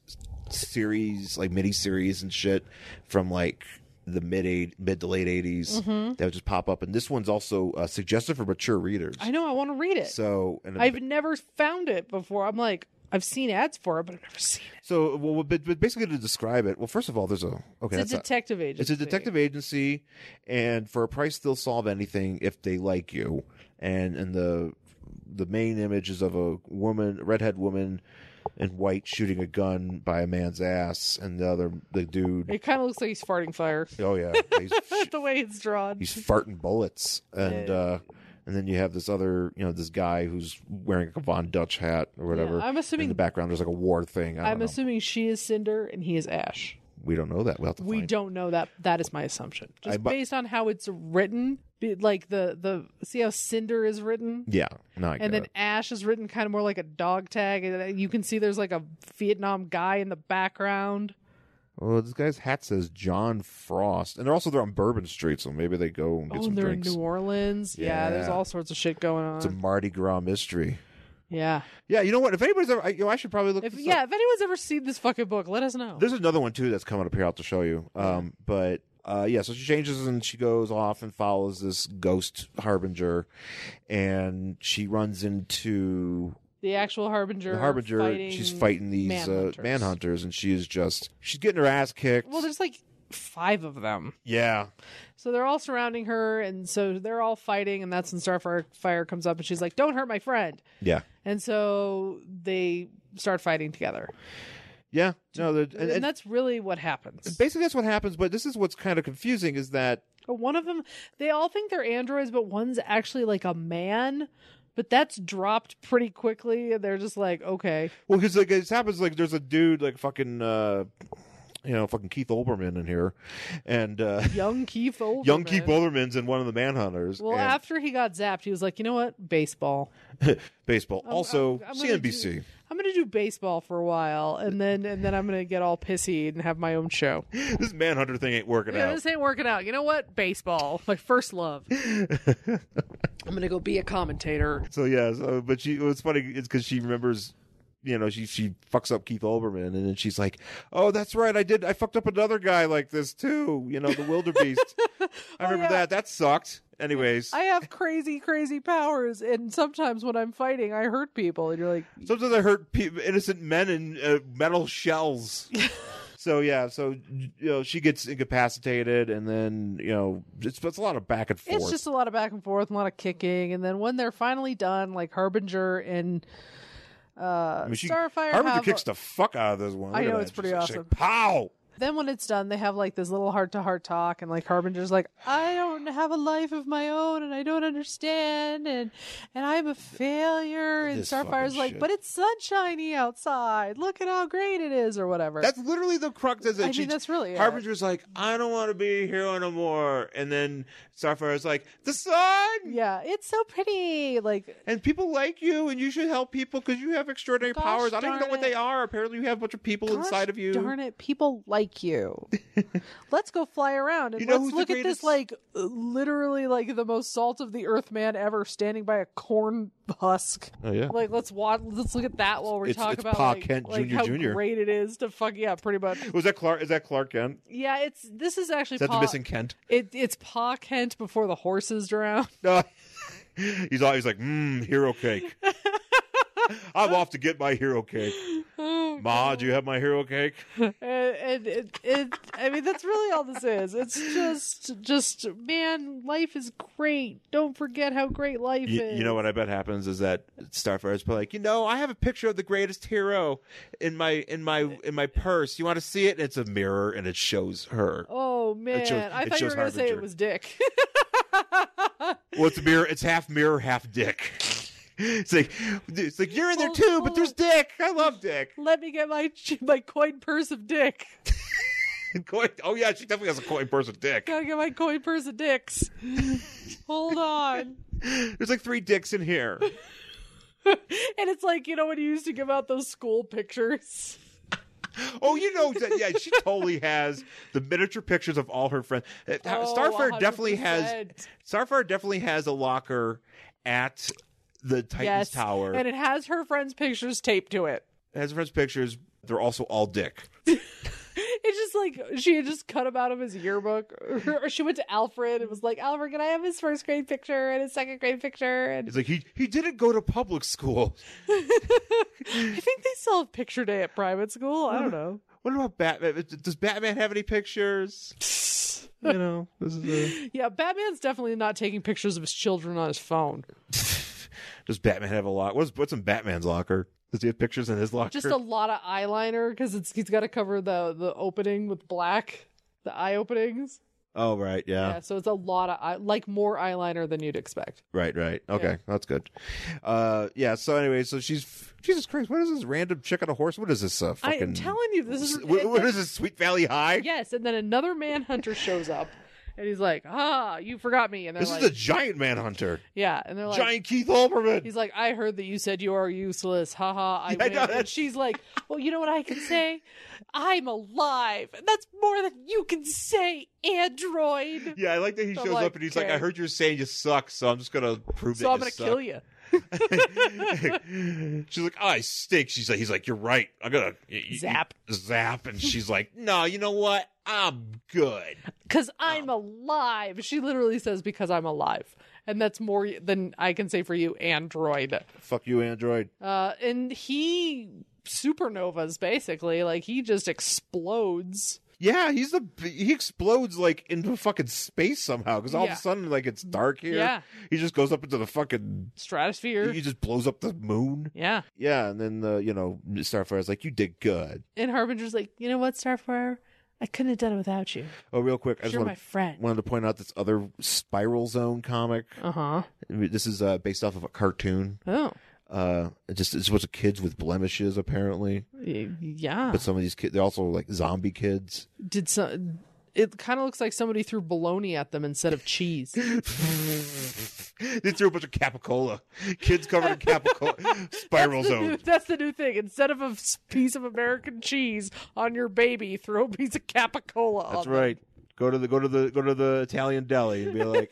Speaker 2: series, like mini series and shit from like the mid eight mid to late 80s
Speaker 1: Mm-hmm.
Speaker 2: that would just pop up. And this one's also uh, suggested for mature readers.
Speaker 1: I know. I want to read it.
Speaker 2: so and
Speaker 1: I've never found it before. I'm like, I've seen ads for it, but I've never seen it.
Speaker 2: So, well, but, but basically to describe it, well, first of all, there's a
Speaker 1: It's
Speaker 2: okay. that's
Speaker 1: a detective agency.
Speaker 2: It's a detective agency, and for a price, they'll solve anything if they like you. And and the the main image is of a woman, redhead woman, in white shooting a gun by a man's ass, and the other the dude.
Speaker 1: It kind of looks like he's farting fire.
Speaker 2: Oh yeah, he's
Speaker 1: the way it's drawn.
Speaker 2: he's farting bullets, and uh, and then you have this other you know this guy who's wearing a Von Dutch hat or
Speaker 1: Yeah,
Speaker 2: whatever.
Speaker 1: I'm
Speaker 2: in the
Speaker 1: assuming.
Speaker 2: background, there's like a war thing. I don't
Speaker 1: I'm
Speaker 2: know.
Speaker 1: assuming she is Cinder and he is Ash.
Speaker 2: we don't know that. We'll have to
Speaker 1: We
Speaker 2: find
Speaker 1: don't know that. That is my assumption, just
Speaker 2: I bu-
Speaker 1: based on how it's written. be- Like the the see how Cinder is written,
Speaker 2: Yeah, no, I get
Speaker 1: and then
Speaker 2: it.
Speaker 1: Ash is written kind of more like a dog tag. And you can see there's like a Vietnam guy in the background.
Speaker 2: Well, this guy's hat says John Frost, and they're also they're on Bourbon Street, so maybe they go and get
Speaker 1: Oh,
Speaker 2: some
Speaker 1: and they're
Speaker 2: drinks.
Speaker 1: in New Orleans. Yeah. there's
Speaker 2: Yeah.
Speaker 1: all sorts of shit going on.
Speaker 2: It's a Mardi Gras mystery.
Speaker 1: yeah,
Speaker 2: Yeah, you know what? If anybody's ever, I, you know, I should probably look.
Speaker 1: if
Speaker 2: this
Speaker 1: yeah,
Speaker 2: up.
Speaker 1: if anyone's ever seen this fucking book, let us know.
Speaker 2: there's another one too that's coming up here. I'll have to show you. Um, but uh, yeah, so she changes and she goes off and follows this ghost harbinger, and she runs into
Speaker 1: the actual Harbinger.
Speaker 2: the harbinger.
Speaker 1: fighting
Speaker 2: she's fighting these
Speaker 1: manhunters.
Speaker 2: uh, manhunters, and she is just she's getting her ass kicked.
Speaker 1: Well, there's like five of them.
Speaker 2: yeah,
Speaker 1: So they're all surrounding her, and so they're all fighting, and that's when Starfire Fire comes up, and she's like, "Don't hurt my friend."
Speaker 2: yeah,
Speaker 1: And so they start fighting together,
Speaker 2: yeah. No, they're-
Speaker 1: and, that's really what happens.
Speaker 2: basically that's what happens but this is what's kind of confusing is that
Speaker 1: But one of them, they all think they're androids, but one's actually like a man. But that's dropped pretty quickly, and they're just like, "Okay,
Speaker 2: well because like it happens like there's a dude like fucking uh you know, fucking Keith Olbermann in here, and uh,
Speaker 1: Young Keith Olbermann.
Speaker 2: young Keith Olbermann's in one of the Manhunters.
Speaker 1: Well,
Speaker 2: and
Speaker 1: after he got zapped, he was like, you know what? Baseball.
Speaker 2: baseball, also
Speaker 1: I'm- I'm gonna
Speaker 2: CNBC.
Speaker 1: do- I'm gonna do baseball for a while, and then and then I'm gonna get all pissy and have my own show.
Speaker 2: This Manhunter thing ain't working
Speaker 1: Yeah,
Speaker 2: out.
Speaker 1: this ain't working out. You know what? Baseball, my first love. I'm gonna go be a commentator.
Speaker 2: So yeah, so, but she it's funny it's because she remembers, you know, she she fucks up Keith Olbermann, and then she's like, "Oh, that's right, I did. I fucked up another guy like this too. You know, the wildebeest. I
Speaker 1: Oh,
Speaker 2: remember
Speaker 1: yeah.
Speaker 2: that. That sucked. Anyways,
Speaker 1: I have crazy, crazy powers, and sometimes when I'm fighting, I hurt people. And you're like,
Speaker 2: sometimes I hurt pe- innocent men in uh, metal shells." So yeah, so you know she gets incapacitated, and then you know it's, it's a lot of back and forth.
Speaker 1: it's just a lot of back and forth, a lot of kicking, and then when they're finally done, like Harbinger and uh,
Speaker 2: I mean, she,
Speaker 1: Starfire
Speaker 2: Harbinger
Speaker 1: have a-
Speaker 2: kicks the fuck out of this one.
Speaker 1: I
Speaker 2: Look at
Speaker 1: know,
Speaker 2: that.
Speaker 1: it's pretty
Speaker 2: She's like,
Speaker 1: awesome.
Speaker 2: Pow!
Speaker 1: then when it's done, they have like this little heart to heart talk, and like Harbinger's like, I don't have a life of my own, and I don't understand, and and I'm a failure, and
Speaker 2: This
Speaker 1: Starfire's
Speaker 2: fucking
Speaker 1: like,
Speaker 2: shit.
Speaker 1: but it's sunshiny outside. Look at how great it is, or whatever.
Speaker 2: That's literally the crux. Is
Speaker 1: I
Speaker 2: that
Speaker 1: think
Speaker 2: she-
Speaker 1: that's really it.
Speaker 2: Harbinger's like, I don't want to be here anymore, and then Starfire's like, the sun,
Speaker 1: yeah, it's so pretty. Like,
Speaker 2: and people like you, and you should help people because you have extraordinary
Speaker 1: Gosh
Speaker 2: powers. I don't even know
Speaker 1: darn
Speaker 2: what they
Speaker 1: it.
Speaker 2: are. Apparently, you have a bunch of people
Speaker 1: gosh
Speaker 2: inside of you.
Speaker 1: Darn it, people like you. let's go fly around and
Speaker 2: You know who's
Speaker 1: let's
Speaker 2: the
Speaker 1: look at
Speaker 2: greatest-
Speaker 1: this like literally like the most salt of the earth man ever standing by a corn husk.
Speaker 2: Oh yeah.
Speaker 1: Like let's watch. Let's look at that while we're
Speaker 2: It's-
Speaker 1: talking
Speaker 2: it's
Speaker 1: about
Speaker 2: Pa
Speaker 1: like,
Speaker 2: Kent
Speaker 1: like
Speaker 2: Jr.
Speaker 1: how
Speaker 2: Jr..
Speaker 1: great it is to fuck yeah, pretty much.
Speaker 2: Was that Clark? Is that Clark Kent?
Speaker 1: Yeah, it's this is actually
Speaker 2: Is that
Speaker 1: Pa-
Speaker 2: the missing Kent?
Speaker 1: It, it's Pa Kent before the horses drown.
Speaker 2: No. he's always like, mmm, hero cake. I'm off to get my hero cake. Ma, do you have my hero cake?
Speaker 1: And, and it, it, I mean, that's really all this is. It's just, just man, life is great. Don't forget how great life
Speaker 2: You,
Speaker 1: is.
Speaker 2: you know what I bet happens is that Starfire is probably like, you know, I have a picture of the greatest hero in my in my in my purse. You want to see it? And it's a mirror, and it shows her.
Speaker 1: Oh man,
Speaker 2: shows-
Speaker 1: I
Speaker 2: it
Speaker 1: thought you
Speaker 2: shows
Speaker 1: were going to say
Speaker 2: Harbinger.
Speaker 1: it was Dick.
Speaker 2: Well, it's a mirror. It's half mirror, half dick. it's like it's like you're in there
Speaker 1: Hold-
Speaker 2: too, but
Speaker 1: hold
Speaker 2: there's
Speaker 1: on.
Speaker 2: dick. I love dick.
Speaker 1: Let me get my my coin purse of Dick.
Speaker 2: Coin- oh yeah, she definitely has a coin purse of dick.
Speaker 1: Gotta get my coin purse of dicks. Hold on.
Speaker 2: There's like three dicks in here.
Speaker 1: And it's like, you know, when you used to give out those school pictures.
Speaker 2: Oh, you know that? Yeah, she totally has the miniature pictures of all her friends. Uh,
Speaker 1: Oh,
Speaker 2: Starfire definitely has
Speaker 1: 100%.
Speaker 2: Starfire definitely has a locker at the Titans
Speaker 1: Yes.
Speaker 2: Tower.
Speaker 1: And it has her friend's pictures taped to it.
Speaker 2: it has friends' pictures. They're also all dick.
Speaker 1: It's just like she had just cut him out of his yearbook. or she went to Alfred and was like, Alfred, can I have his first grade picture and his second grade picture? And
Speaker 2: It's like he he didn't go to public school.
Speaker 1: I think they still have picture day at private school. I don't know.
Speaker 2: What about Batman? Does Batman have any pictures? You know, this is a...
Speaker 1: Yeah, Batman's definitely not taking pictures of his children on his phone.
Speaker 2: does Batman have a lot? What's what's in Batman's locker? Does he have pictures in his locker?
Speaker 1: Just a lot of eyeliner because it's he's got to cover the the opening with black, the eye openings.
Speaker 2: Oh right, yeah.
Speaker 1: Yeah, so it's a lot of eye, like more eyeliner than you'd expect.
Speaker 2: Right, right. Okay, that's good. Uh, yeah. So anyway, so she's Jesus Christ. What is this random chick on a horse? What is this? Uh, fucking.
Speaker 1: I'm telling you, this is
Speaker 2: What- what is this? Sweet Valley High.
Speaker 1: yes. And then another manhunter shows up, and he's like, "Ah, you forgot me." And they're
Speaker 2: This
Speaker 1: like,
Speaker 2: is the giant manhunter,
Speaker 1: "Yeah," and they're like,
Speaker 2: giant Keith Olbermann.
Speaker 1: He's like, I heard that you said you are useless. Ha ha. I,
Speaker 2: I
Speaker 1: win.
Speaker 2: know,
Speaker 1: and
Speaker 2: that's-
Speaker 1: she's like, Well, you know what I can say? I'm alive. And that's more than you can say, Android.
Speaker 2: yeah, I like that he
Speaker 1: I'm
Speaker 2: shows
Speaker 1: like,
Speaker 2: up and he's like,
Speaker 1: okay.
Speaker 2: "I heard you're saying you suck, so I'm just gonna prove
Speaker 1: So
Speaker 2: that
Speaker 1: I'm gonna kill you.
Speaker 2: you." she's like, "I stink." She's like, "He's like, you're right. I'm gonna y- y-
Speaker 1: Zap.
Speaker 2: zap." And she's like, "No, you know what? I'm good." Oh.
Speaker 1: Because I'm alive. She literally says, Because I'm alive. And that's more than I can say for you, Android.
Speaker 2: Fuck you, android.
Speaker 1: Uh, and he supernovas basically. Like he just explodes.
Speaker 2: Yeah, he's the he explodes like into fucking space somehow because all of
Speaker 1: Yeah.
Speaker 2: a sudden like it's dark here.
Speaker 1: Yeah.
Speaker 2: he just goes up into the fucking.
Speaker 1: Stratosphere.
Speaker 2: He just blows up the moon.
Speaker 1: yeah.
Speaker 2: Yeah, and then the you know Starfire's like, "You did good."
Speaker 1: And Harbinger's like, You know what, Starfire? I couldn't have done it without you.
Speaker 2: Oh, real quick, I just
Speaker 1: You're
Speaker 2: wanna-
Speaker 1: my friend.
Speaker 2: wanted to point out this other Spiral Zone comic.
Speaker 1: Uh huh.
Speaker 2: This is uh, based off of a cartoon.
Speaker 1: Oh.
Speaker 2: Uh, it just it's supposed to kids with blemishes apparently,
Speaker 1: Y- Yeah.
Speaker 2: but some of these kids they're also like zombie kids.
Speaker 1: Did some. It kind of looks like somebody threw bologna at them instead of cheese.
Speaker 2: they threw a bunch of capicola, kids covered in capicola, spiral zone.
Speaker 1: That's the new thing. Instead of a s- piece of American cheese on your baby, throw a piece of capicola on
Speaker 2: That's
Speaker 1: them.
Speaker 2: right. Go to the go to the go to the Italian deli and be like,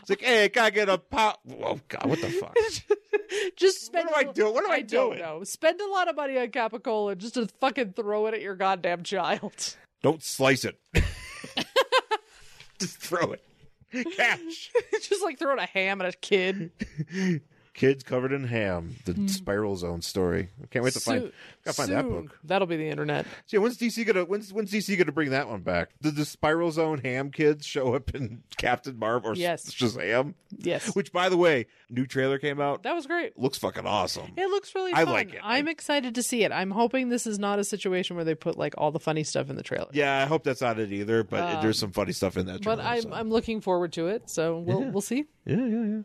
Speaker 2: it's like, hey, can I get a pop? Oh God, what the fuck?
Speaker 1: Just spend.
Speaker 2: What do
Speaker 1: a
Speaker 2: I do? What do I do
Speaker 1: don't
Speaker 2: it?
Speaker 1: know. Spend a lot of money on capicola just to fucking throw it at your goddamn child.
Speaker 2: Don't slice it. Just throw it. Cash.
Speaker 1: just like throwing a ham at a kid.
Speaker 2: Kids covered in ham. The
Speaker 1: Hmm.
Speaker 2: spiral zone story. I can't wait to find.
Speaker 1: Soon-
Speaker 2: Gotta find that
Speaker 1: soon.
Speaker 2: book.
Speaker 1: That'll be the internet.
Speaker 2: See, when's DC gonna when's when's DC gonna bring that one back? Did the spiral zone ham kids show up in Captain Marvel or
Speaker 1: Yes.
Speaker 2: Shazam?
Speaker 1: Yes.
Speaker 2: Which, by the way, new trailer came out.
Speaker 1: That was great.
Speaker 2: looks fucking awesome.
Speaker 1: It looks really
Speaker 2: I
Speaker 1: fun.
Speaker 2: like it.
Speaker 1: I'm excited to see it. I'm hoping this is not a situation where they put like all the funny stuff in the trailer.
Speaker 2: Yeah, I hope that's not it either. But there's some funny stuff in that.
Speaker 1: Um, But
Speaker 2: trailer,
Speaker 1: I'm
Speaker 2: so.
Speaker 1: I'm looking forward to it. So we'll we'll see.
Speaker 2: yeah, yeah, yeah.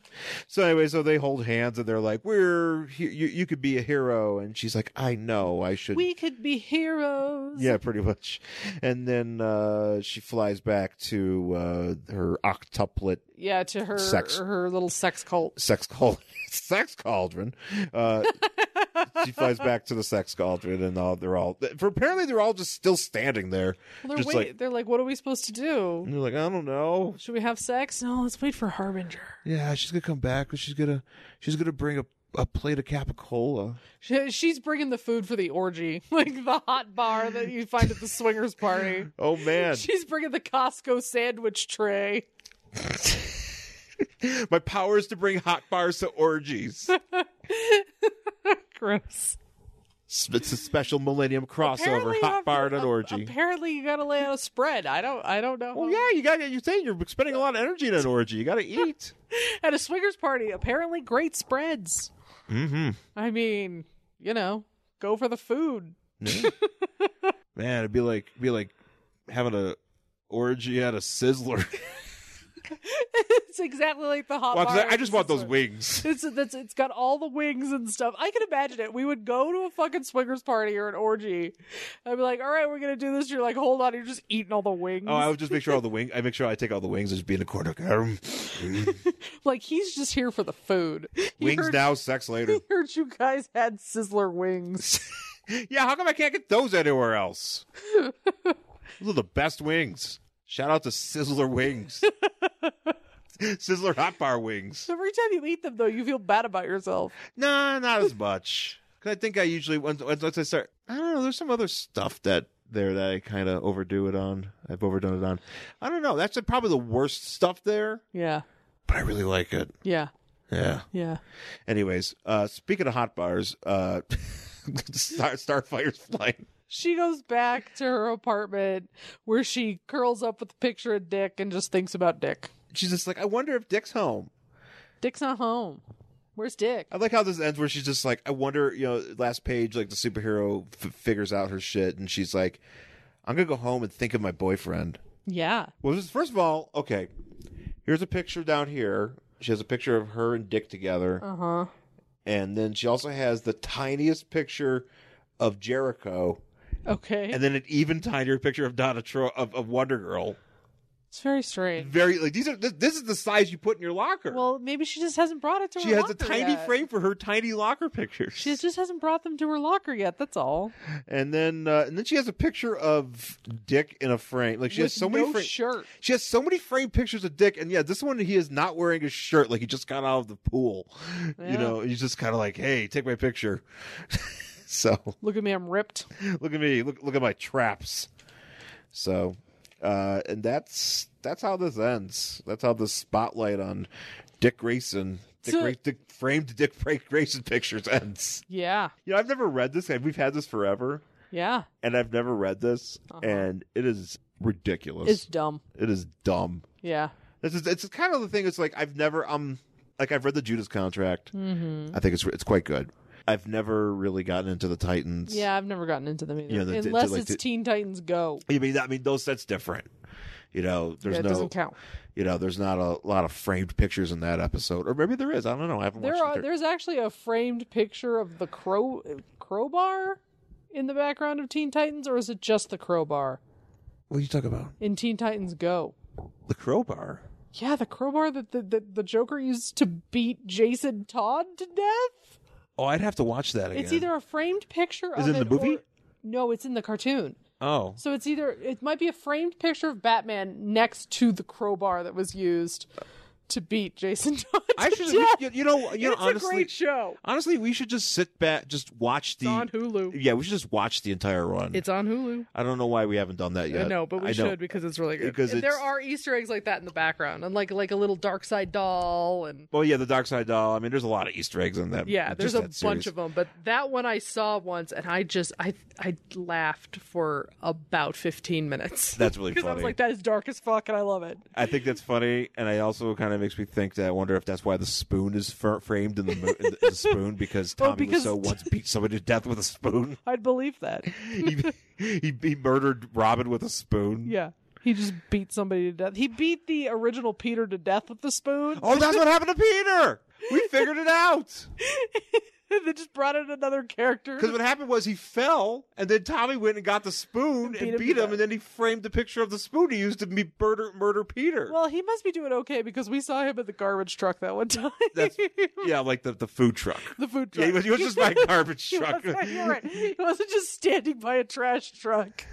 Speaker 2: So anyway, so they hold hands and they're like, "We're he- you, you could be a hero," and she's like, "I know, I should."
Speaker 1: We could be heroes.
Speaker 2: yeah, pretty much. And then uh, she flies back to uh, her octuplet
Speaker 1: Yeah, to her
Speaker 2: Sex.
Speaker 1: her little sex cult.
Speaker 2: sex cauldron. sex cauldron. Uh, she flies back to the sex cauldron, and all they're all. For apparently, they're all just still standing there,
Speaker 1: Well, they're
Speaker 2: just
Speaker 1: wait,
Speaker 2: like
Speaker 1: they're like, what are we supposed to do?
Speaker 2: and they're like, "I don't know."
Speaker 1: Should we have sex? No, let's wait for Harbinger.
Speaker 2: Yeah, she's gonna come back, but she's gonna she's gonna bring a a plate of capicola.
Speaker 1: She, she's bringing the food for the orgy, like the hot bar that you find at the swingers party.
Speaker 2: Oh man,
Speaker 1: She's bringing the Costco sandwich tray.
Speaker 2: my power is to bring hot bars to orgies.
Speaker 1: Gross.
Speaker 2: it's a special Millennium crossover:
Speaker 1: Apparently you
Speaker 2: hot
Speaker 1: have-
Speaker 2: bar and an
Speaker 1: a-
Speaker 2: orgy.
Speaker 1: Apparently, you got to lay out a spread. I don't. I don't know.
Speaker 2: Well,
Speaker 1: how-
Speaker 2: yeah, you got. You're saying you're spending a lot of energy in an orgy. You got to eat.
Speaker 1: At a swingers party, apparently, great spreads. Mm-hmm. I mean, you know, go for the food.
Speaker 2: Man, it'd be like be like having a orgy at a Sizzler.
Speaker 1: it's exactly like the hot
Speaker 2: Well, 'cause
Speaker 1: bar.
Speaker 2: I, I just want those wings.
Speaker 1: It's, it's it's got all the wings and stuff. I can imagine it. We would go to a fucking swingers party or an orgy. I'd be like, "All right, we're gonna do this." You're like, "Hold on, you're just eating all the wings."
Speaker 2: Oh, I would just make sure all the wing. I make sure I take all the wings and just be in the corner.
Speaker 1: like he's just here for the food. He
Speaker 2: Wings
Speaker 1: heard-
Speaker 2: now, sex later.
Speaker 1: he heard you guys had sizzler wings.
Speaker 2: Yeah, how come I can't get those anywhere else? those are the best wings. Shout out to Sizzler Wings. Sizzler Hot Bar Wings.
Speaker 1: So every time you eat them, though, you feel bad about yourself.
Speaker 2: Nah, not as much. 'Cause I think I usually once once once I start, I don't know. There's some other stuff that there that I kind of overdo it on. I've overdone it on. I don't know. That's probably the worst stuff there,
Speaker 1: Yeah,
Speaker 2: but I really like it.
Speaker 1: yeah,
Speaker 2: Yeah.
Speaker 1: yeah.
Speaker 2: Anyways, uh speaking of hot bars, uh Star Starfire's flying.
Speaker 1: She goes back to her apartment where she curls up with a picture of Dick and just thinks about Dick.
Speaker 2: She's just like, I wonder if Dick's home.
Speaker 1: Dick's not home. Where's Dick?
Speaker 2: I like how this ends where she's just like, I wonder, you know, last page, like the superhero f- figures out her shit and she's like, I'm going to go home and think of my boyfriend.
Speaker 1: Yeah,
Speaker 2: Well, this, first of all, okay, here's a picture down here. She has a picture of her and Dick together.
Speaker 1: Oh.
Speaker 2: Uh huh. And then she also has the tiniest picture of Jericho
Speaker 1: okay.
Speaker 2: and then an even tinier picture of Donna Tro- of, of Wonder Girl.
Speaker 1: it's very strange.
Speaker 2: Very, like, these are, this, this is the size you put in your locker.
Speaker 1: Well, maybe she just hasn't brought it to
Speaker 2: she
Speaker 1: her
Speaker 2: has a
Speaker 1: locker
Speaker 2: tiny
Speaker 1: yet.
Speaker 2: frame for her tiny locker pictures.
Speaker 1: She just hasn't brought them to her locker yet. That's all.
Speaker 2: and then uh, and then she has a picture of Dick in a frame. Like she has
Speaker 1: With
Speaker 2: so
Speaker 1: no
Speaker 2: many fra-
Speaker 1: shirt.
Speaker 2: She has so many framed pictures of Dick, and yeah, this one he is not wearing a shirt. Like he just got out of the pool. You
Speaker 1: Yeah.
Speaker 2: know, he's just kind of like, "Hey, take my picture." so
Speaker 1: Look at me, I'm ripped.
Speaker 2: look at me, look look at my traps. So, uh, and that's that's how this ends. That's how the spotlight on Dick Grayson. Dick,
Speaker 1: So-
Speaker 2: Gra- Dick framed Dick Grayson pictures ends.
Speaker 1: Yeah,
Speaker 2: You know, I've never read this. We've had this forever
Speaker 1: yeah.
Speaker 2: and I've never read this, and it is ridiculous.
Speaker 1: Uh-huh. It's dumb.
Speaker 2: It is dumb.
Speaker 1: Yeah.
Speaker 2: This is it's kind of the thing. It's like I've never um like I've read the Judas Contract. Mm-hmm. I think it's it's quite good. I've never really gotten into the Titans.
Speaker 1: Yeah, I've never gotten into them either.
Speaker 2: Yeah, the- the-
Speaker 1: Unless
Speaker 2: like
Speaker 1: it's
Speaker 2: the-
Speaker 1: Teen Titans Go.
Speaker 2: I mean, I mean, those that's different. You know, there's
Speaker 1: Yeah, it
Speaker 2: no
Speaker 1: doesn't count.
Speaker 2: you know, there's not a lot of framed pictures in that episode, or maybe there is. I don't know. I haven't
Speaker 1: There
Speaker 2: watched.
Speaker 1: are
Speaker 2: the third-
Speaker 1: there's actually a framed picture of the crow crowbar in the background of Teen Titans, or is it just the crowbar
Speaker 2: What are you talking about?
Speaker 1: in Teen Titans Go?
Speaker 2: The crowbar.
Speaker 1: Yeah, the crowbar that the, that the Joker used to beat Jason Todd to death.
Speaker 2: Oh, I'd have to watch that again.
Speaker 1: It's either a framed picture
Speaker 2: Is
Speaker 1: of
Speaker 2: it in the movie?
Speaker 1: or- no, it's in the cartoon.
Speaker 2: oh,
Speaker 1: So it's either it might be a framed picture of Batman next to the crowbar that was used to beat Jason Todd. To
Speaker 2: I should.
Speaker 1: death.
Speaker 2: You, you know. You know.
Speaker 1: it's
Speaker 2: Honestly,
Speaker 1: a great show.
Speaker 2: honestly, we should just sit back, just watch the.
Speaker 1: It's on Hulu.
Speaker 2: Yeah, we should just watch the entire run.
Speaker 1: It's on Hulu.
Speaker 2: I don't know why we haven't done that
Speaker 1: I
Speaker 2: yet.
Speaker 1: know, but we
Speaker 2: I
Speaker 1: should because it's really good.
Speaker 2: Because
Speaker 1: And there
Speaker 2: it's-
Speaker 1: are Easter eggs like that in the background, and like like a little dark side doll, and
Speaker 2: Well, yeah, the Dark Side Doll. I mean, there's a lot of Easter eggs in that.
Speaker 1: yeah,
Speaker 2: just
Speaker 1: there's a
Speaker 2: that
Speaker 1: bunch
Speaker 2: series.
Speaker 1: of them. But that one I saw once, and I just I I laughed for about fifteen minutes.
Speaker 2: That's really
Speaker 1: because I was
Speaker 2: funny.
Speaker 1: like, that is dark as fuck, and I love it.
Speaker 2: I think that's funny, and I also kind of makes me think that I wonder if that's why the spoon is fir- framed in the, mo- in the, in the spoon because Tommy
Speaker 1: because-
Speaker 2: Wiseau once beat somebody to death with a spoon.
Speaker 1: I'd believe that.
Speaker 2: he, he he murdered Robin with a spoon.
Speaker 1: Yeah. He just beat somebody to death. He beat the original Peter to death with the spoon.
Speaker 2: Oh, that's what happened to Peter. We figured it out.
Speaker 1: they just brought in another character.
Speaker 2: Because what happened was he fell, and then Tommy went and got the spoon and beat
Speaker 1: beat him
Speaker 2: him,
Speaker 1: to death.
Speaker 2: and then he framed the picture of the spoon he used to be murder murder Peter.
Speaker 1: Well, he must be doing okay because we saw him at the garbage truck that one time.
Speaker 2: That's- yeah, like the, the food truck.
Speaker 1: the food truck.
Speaker 2: Yeah, he was, he was just by a garbage truck.
Speaker 1: That's right, you're right. He wasn't just standing by a trash truck.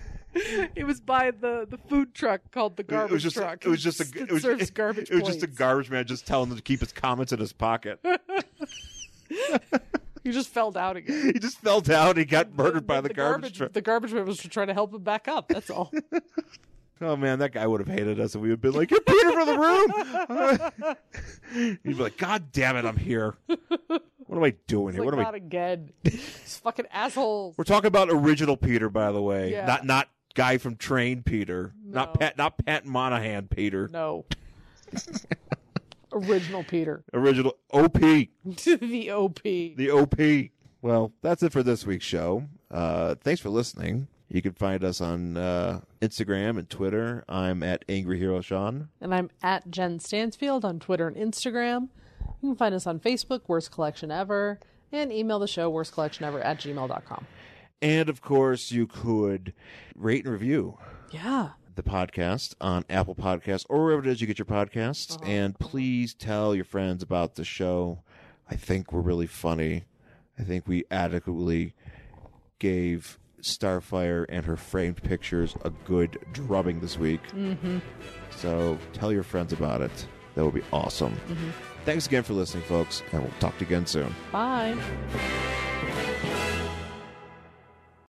Speaker 1: It was by the, the food truck called the garbage
Speaker 2: it was just
Speaker 1: truck.
Speaker 2: it was just a
Speaker 1: that
Speaker 2: it was,
Speaker 1: serves garbage.
Speaker 2: It was just a
Speaker 1: plates.
Speaker 2: garbage man just telling him to keep his comments in his pocket.
Speaker 1: He just fell down again.
Speaker 2: he just fell down. He got murdered by the, garbage, truck.
Speaker 1: The garbage man was trying to help him back up. That's all.
Speaker 2: Oh man, that guy would have hated us, and we would have been like, "You're Peter from the room." He'd be like, "God damn it, I'm here. What am I doing here?
Speaker 1: like,
Speaker 2: What am I
Speaker 1: not again. This fucking asshole.
Speaker 2: We're talking about original Peter, by the way,
Speaker 1: Yeah.
Speaker 2: not not guy from Train Peter, not
Speaker 1: No.
Speaker 2: Pat, not Pat Monahan Peter.
Speaker 1: No. Original Peter.
Speaker 2: Original OP,
Speaker 1: the OP.
Speaker 2: the OP. Well, that's it for this week's show. Uh, thanks for listening. You can find us on uh, Instagram and Twitter. I'm at Angry Hero Sean.
Speaker 1: and I'm at Jen Stansfield on Twitter and Instagram. You can find us on Facebook, Worst Collection Ever, and email the show, worstcollectionever at gmail.com.
Speaker 2: And of course, you could rate and review
Speaker 1: Yeah.
Speaker 2: the podcast on Apple Podcasts or wherever it is you get your podcasts. And please tell your friends about the show. I think we're really funny. I think we adequately gave Starfire and her framed pictures a good drubbing this week. Mm-hmm. So tell your friends about it. That would be awesome. Thanks again for listening, folks, and we'll talk to you again soon.
Speaker 1: Bye.
Speaker 5: Thank